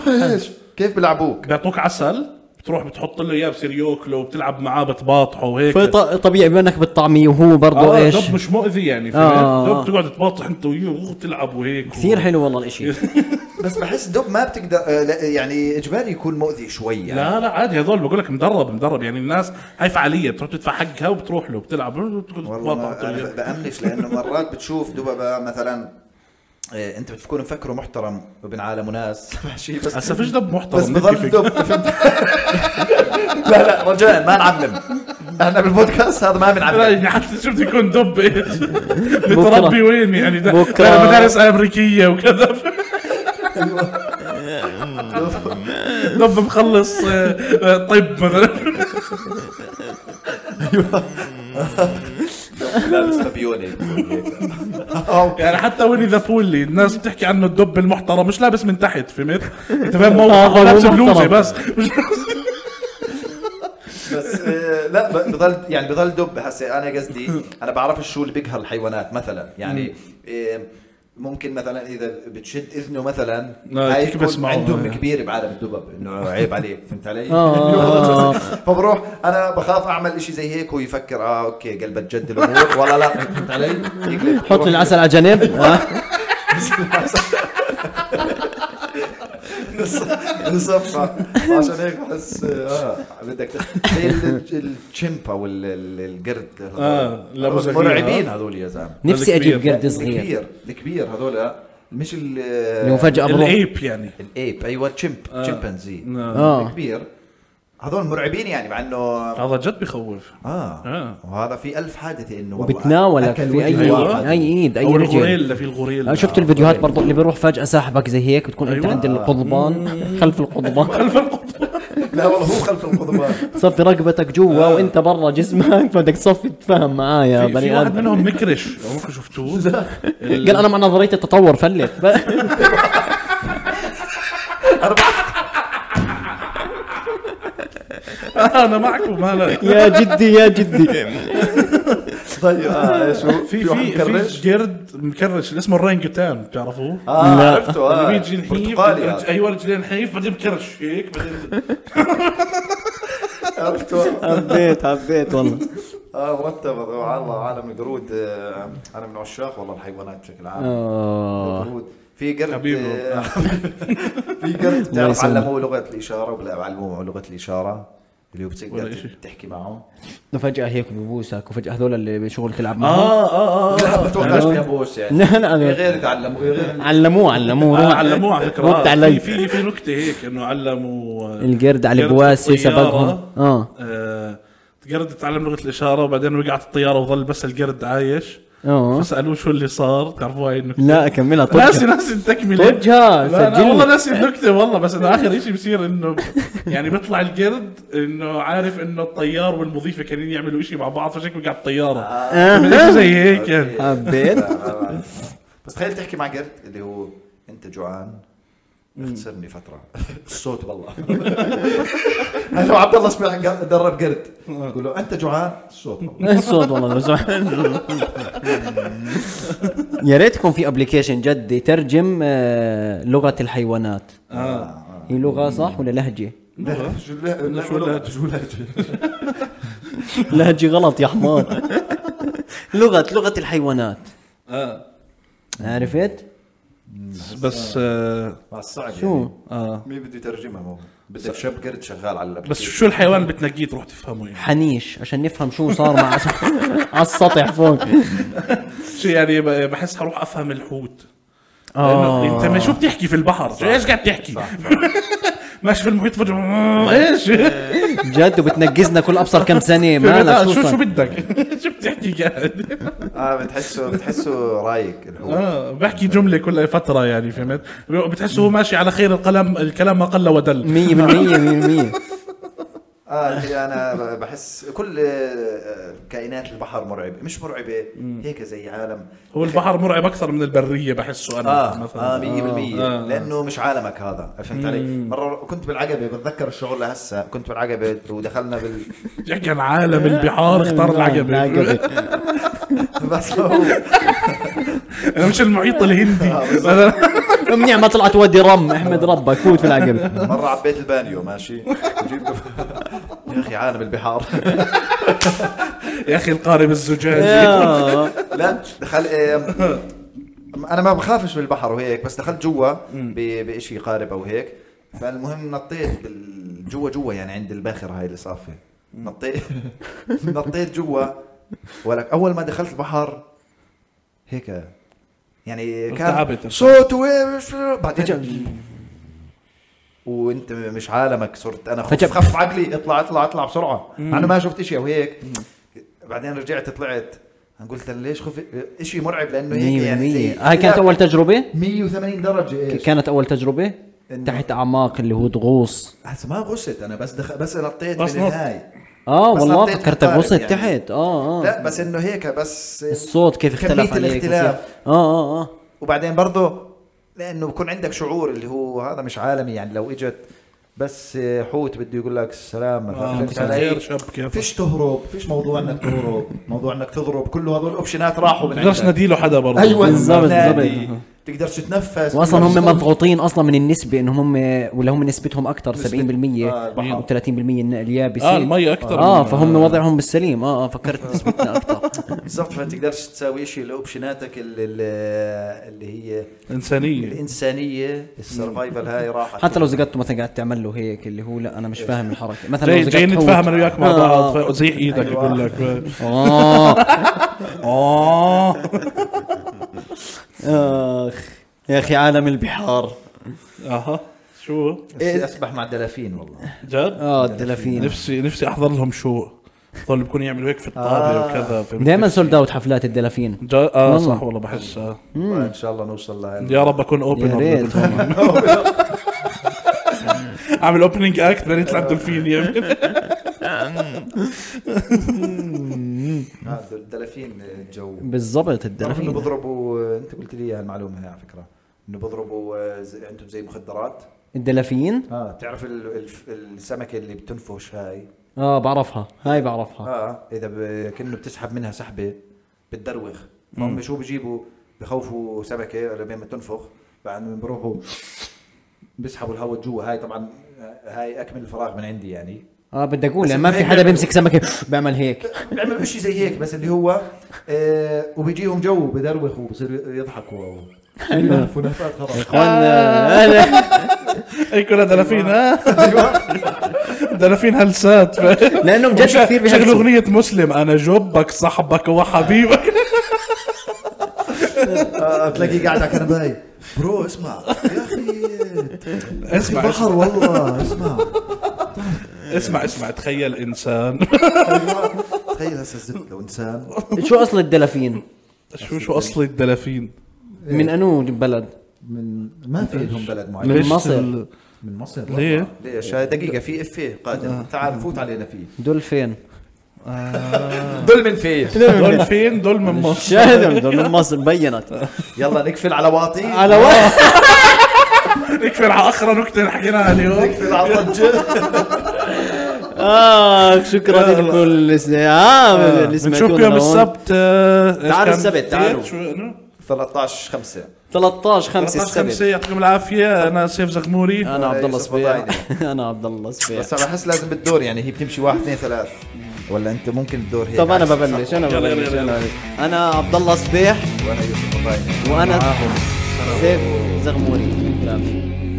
ايش كيف بيلعبوك بيعطوك عسل بتروح بتحط له اياه بصير ياكله بتلعب معاه بتباطحه وهيك فطبيعي بما انك بتطعميه وهو برضه آه ايش دب مش مؤذي يعني آه. آه دب تقعد تباطح انت وياه وتلعب وهيك كثير حلو والله آه، الاشي بس بحس دب ما بتقدر آه، لا، يعني اجباري يكون مؤذي شوي يعني لا لا عادي هذول بقول لك مدرب مدرب يعني الناس هاي فعاليه بتروح تدفع حقها وبتروح له بتلعب يعني. وبتقعد والله تباطح ما- أنت انا وياه. بامنش لانه مرات بتشوف دببة مثلا إيه، انت بتكون مفكره محترم وابن عالم وناس ماشي بس هسا فيش دب محترم بس نحكي بضل فيه. دب لا لا رجاء ما نعمم احنا بالبودكاست هذا ما لا بنعمم يعني حتى شو بده يكون دب ايش؟ متربي وين يعني ده بكرة. ده مدارس امريكيه وكذا دب مخلص آه، آه، طب مثلا لابس لبيوني يعني حتى ويني ذا بولي الناس بتحكي عنه الدب المحترم مش لابس من تحت فهمت؟ انت فاهم موقف هو لابس محترم. بلوزه بس بس آه، لا ب- بضل يعني بضل دب هسه انا قصدي انا بعرف شو اللي بقهر الحيوانات مثلا يعني آه، ممكن مثلا اذا بتشد اذنه مثلا آه، هاي تكبس تكون معه. عندهم كبير بعالم الدبب انه عيب عليك فهمت علي؟ آه. فبروح انا بخاف اعمل إشي زي هيك ويفكر اه اوكي قلبه جد الامور والله لا فهمت علي؟ يقلب. حط العسل على جنب آه. بالضبط عشان هيك بحس اه بدك تخ- زي ال- الشمبا والقرد آه، لا، أبو زكية. مرعبين هذول يا زلمه نفسي الكبير. اجيب قرد صغير الكبير الكبير هذول آه، مش ال آه، اللي هو فجاه مروح الايب يعني الايب ايوه تشمب آه. تشمبانزي آه. اه كبير هذول مرعبين يعني مع انه هذا جد بخوف اه آه. وهذا في ألف حادثه انه والله وبتناولك أكل في وجه اي واحد. اي ايد اي او رجل أيوة. الغوريلا في الغوريلا انا شفت الفيديوهات برضو اللي بيروح فجاه ساحبك زي هيك بتكون انت أيوة. أمم. عند القضبان خلف القضبان لا والله هو خلف القضبان صفي رقبتك جوا وانت برا جسمك فبدك تصفي تتفاهم معاه يا في, في بني واحد ادم منهم مكرش عمركم شفتوه ال- قال انا مع نظريه التطور فلت انا معكم ما لا يا جدي يا جدي طيب اه ايش هو في واحد في مكرش؟ في قرد مكرش اللي اسمه الرانجوتان بتعرفوه؟ اه لا. عرفته اه اللي بيجي نحيف برتقالي يعني. رج- هذا. ايوه رجلين نحيف بعدين بكرش هيك بعدين عرفته حبيت حبيت والله اه مرتب والله عالم القرود آه، انا من عشاق والله الحيوانات بشكل عام آه. القرود في قرد حبيبه. آه، في قرد الله بتعرف يسلمك. علموه لغه الاشاره ولا علموه لغه الاشاره اللي هو ولا بتقدر إشي. تحكي معه فجأة هيك ببوسك وفجأة هذول اللي شغل تلعب معهم اه آه، اه اه لا ما توقعش فيها بوش يعني لا لا غير تعلموا إيه، غير علموه علموه روح. آه، علموه على فكره رد آه، علي في في في نكته هيك انه علموا آه، القرد على قرد البواسي في الطيارة. سبقهم. آه. آه قرد تعلم لغه الاشاره وبعدين وقعت الطياره وظل بس القرد عايش آه. فسالوه شو اللي صار تعرفوا هاي النكته لا كملها طب ناسي ناسي التكمله طجها، لا، لا سجلها. والله ناسي النكته والله بس انه اخر شيء بصير انه يعني بيطلع القرد انه عارف انه الطيار والمضيفه كانوا يعملوا شيء مع بعض فشكله وقع الطياره آه. شيء زي هيك يعني حبيت بس تخيل تحكي مع قرد اللي هو انت جوعان اختصرني فتره الصوت والله انا وعبد الله سمع قال- درب قرد يقول له انت جوعان الصوت والله الصوت والله لو سمحت. يا ريت يكون في ابلكيشن جد يترجم آه، لغه الحيوانات آه. هي لغه صح ولا لهجه؟ لا، شو لا- لا- شو لا- لهجة؟ شو لهجة؟ لهجه غلط يا حمار لغه لغه الحيوانات آه. عرفت؟ بس آه مع الصعب شو؟ يعني آه مين بده يترجمها هو بدك شاب قرد شغال على بس شو الحيوان بتنقيه تروح تفهمه يعني حنيش عشان نفهم شو صار مع على السطح فوق شو يعني ب- بحس حروح افهم الحوت آه. لأنه انت ما شو بتحكي في البحر شو ايش قاعد تحكي ماشي في المحيط فجاه ايش جد وبتنقزنا كل ابصر كم سنه لا، مالك شو شو صار؟ بدك شو بتحكي قاعد اه بتحسه بتحسه رايق الحوت اه بحكي جمله كل فتره يعني فهمت بتحسه هو ماشي على خير القلم الكلام ما قل ودل مية بالمية مية بالمية اه اللي انا بحس كل آه، كائنات البحر مرعبه مش مرعبه هيك زي عالم هو البحر مرعب اكثر من البريه بحسه انا اه اه مثلا 100% آه. لانه مش عالمك هذا فهمت علي؟ مره كنت بالعقبه بتذكر الشعور لهسه كنت بالعقبه ودخلنا بال بتحكي عن عالم البحار اختار العقبه بس هو انا مش المحيط الهندي آه، بالظبط. أنا- منيع ما طلعت وادي رم احمد ربك فوت في العقل مره عبيت البانيو ماشي جيب- يا اخي عالم البحار يا اخي القارب الزجاجي آه. لا دخل آه، انا ما بخافش بالبحر وهيك بس دخلت جوا ب- بشيء قارب او هيك فالمهم نطيت بال- جوا جوا يعني عند الباخره هاي اللي صافيه نطيت نطيت جوا ولك اول ما دخلت البحر هيك يعني كان ارتعبت. صوت وإيش- بعدين وانت مش عالمك صرت انا خف فجأة- خف عقلي اطلع اطلع اطلع بسرعه انا ما شفت شيء وهيك بعدين رجعت طلعت أنا قلت ليش خفت شيء مرعب لانه هيك مية يعني زي بالمية هاي كانت اول تجربه 180 درجه ايش كانت اول تجربه إنه- تحت اعماق اللي هو تغوص هسه ما غصت انا بس دخ... بس نطيت بس من نط. الهاي اه بس والله نطيت فكرتك بالقارب وصلت يعني. تحت اه اه لا بس انه هيك بس الصوت كيف اختلف كمية عليك الاختلاف. وكيف- اه اه اه وبعدين برضه لانه بكون عندك شعور اللي هو هذا مش عالمي يعني لو اجت بس حوت بده يقول لك السلام آه، فهمت مساء علي؟ الخير، شاب كيفك؟ فيش تهرب فيش موضوع انك تهرب موضوع انك تضرب كله هذول الاوبشنات راحوا من بقدرش عندك. نديله حدا برضه ايوه بالظبط، نادي. بالظبط. تقدرش تتنفس واصلا هم تقدرش تضرب. مضغوطين اصلا من النسبه انهم هم ولا هم نسبتهم اكثر 70% آه، البحر. و30% اليابسين آه، المي أكتر اه من- فهم وضعهم بالسليم اه اه فكرت نسبتنا اكثر بالضبط ما تقدرش تساوي شيء لاوبشناتك اللي, اللي هي انسانيه الانسانيه السرفايفل هاي راحت حتى لو زقطته مثلا قاعد تعمل له هيك اللي هو لا انا مش فاهم الحركه مثلا لو جاي زقطت جاي حوت. نتفاهم انا وياك مع آه. بعض زيح ايدك بقول لك اه آه. اه آه. اخ يا اخي عالم البحار اها شو نفسي اسبح مع دلافين والله جد اه الدلافين يعني نفسي نفسي احضر لهم شو ضل بكون يعملوا هيك في الطابه وكذا فهمت؟ دائما سولد اوت حفلات الدلافين جا... اه والله. صح والله بحس آه. ان شاء الله نوصل لها يا رب اكون اوبن يا ريت اعمل اوبننج اكت بعدين يطلع الدولفين يمين الدلافين جو بالضبط تعرف انه الدلافين بيضربوا انت قلت لي اياها المعلومه هي على فكره انه بيضربوا آه، زي- عندهم زي مخدرات الدلافين اه تعرف ال... الف- السمكه اللي بتنفش هاي اه بعرفها هاي بعرفها اه اذا ب... كانه بتسحب منها سحبه بتدروخ فهم شو بجيبوا بخوفوا سمكه لما ما تنفخ بعدين بروحوا بيسحبوا الهواء جوا هاي طبعا هاي اكمل الفراغ من عندي يعني اه بدي اقول بس ما في هيك حدا بيعملوا. بيمسك سمكه بيعمل هيك بيعملوا شيء زي هيك بس اللي هو آه وبيجيهم جو بدروخ وبصيروا يضحكوا أيوة. ينفخوا نفخات خرا اخوانا هلا. هي كلها دلافين ها أيوة. دلافين هلسات لانهم جد كثير شغل بيهلسوا. اغنيه مسلم انا جبك صاحبك وحبيبك آه، تلاقيه قاعد على كنباي برو اسمع يا اخي اسمع اسمع بحر والله اسمع اسمع, اسمع. تخيل انسان تخيل هسه الزفت لو انسان شو اصل الدلافين؟ شو شو اصل الدلافين من انو بلد؟ من ما في لهم بلد معين من ليش مصر ال- من مصر آه. ليه؟ والله. ليش هاي دقيقه في افيه قادم تعال فوت علينا فيه دولفين دول من فيه دول فين دول من مصر شاهدهم دول من مصر بينت يلا نقفل على واطي على واحد نكفي على اخر نكته حكيناها اليوم نقفل على الضجه اخ شكرا آه، لكل سنة. آه، اللي بنشوفكم سمعتونا يوم هون. السبت آه، إيش تعالوا كان؟ إيه، السبت، تعالوا. شو إنه؟ 13 5 13 5 13 السبت خمسة يعطيكم العافية أنا سيف زغموري انا عبد الله يوسف صبيح وضعيني. انا عبد الله صبيح إيه، بس انا بحس لازم بالدور يعني هي بتمشي واحد اثنين ثلاث ولا انت ممكن الدور هيك طب انا عكس. ببلش انا يلا، يلا، ببلش يلا. أنا ببلش. انا عبد الله صبيح وانا يوسف وضعيني. وانا سيف زغموري لا.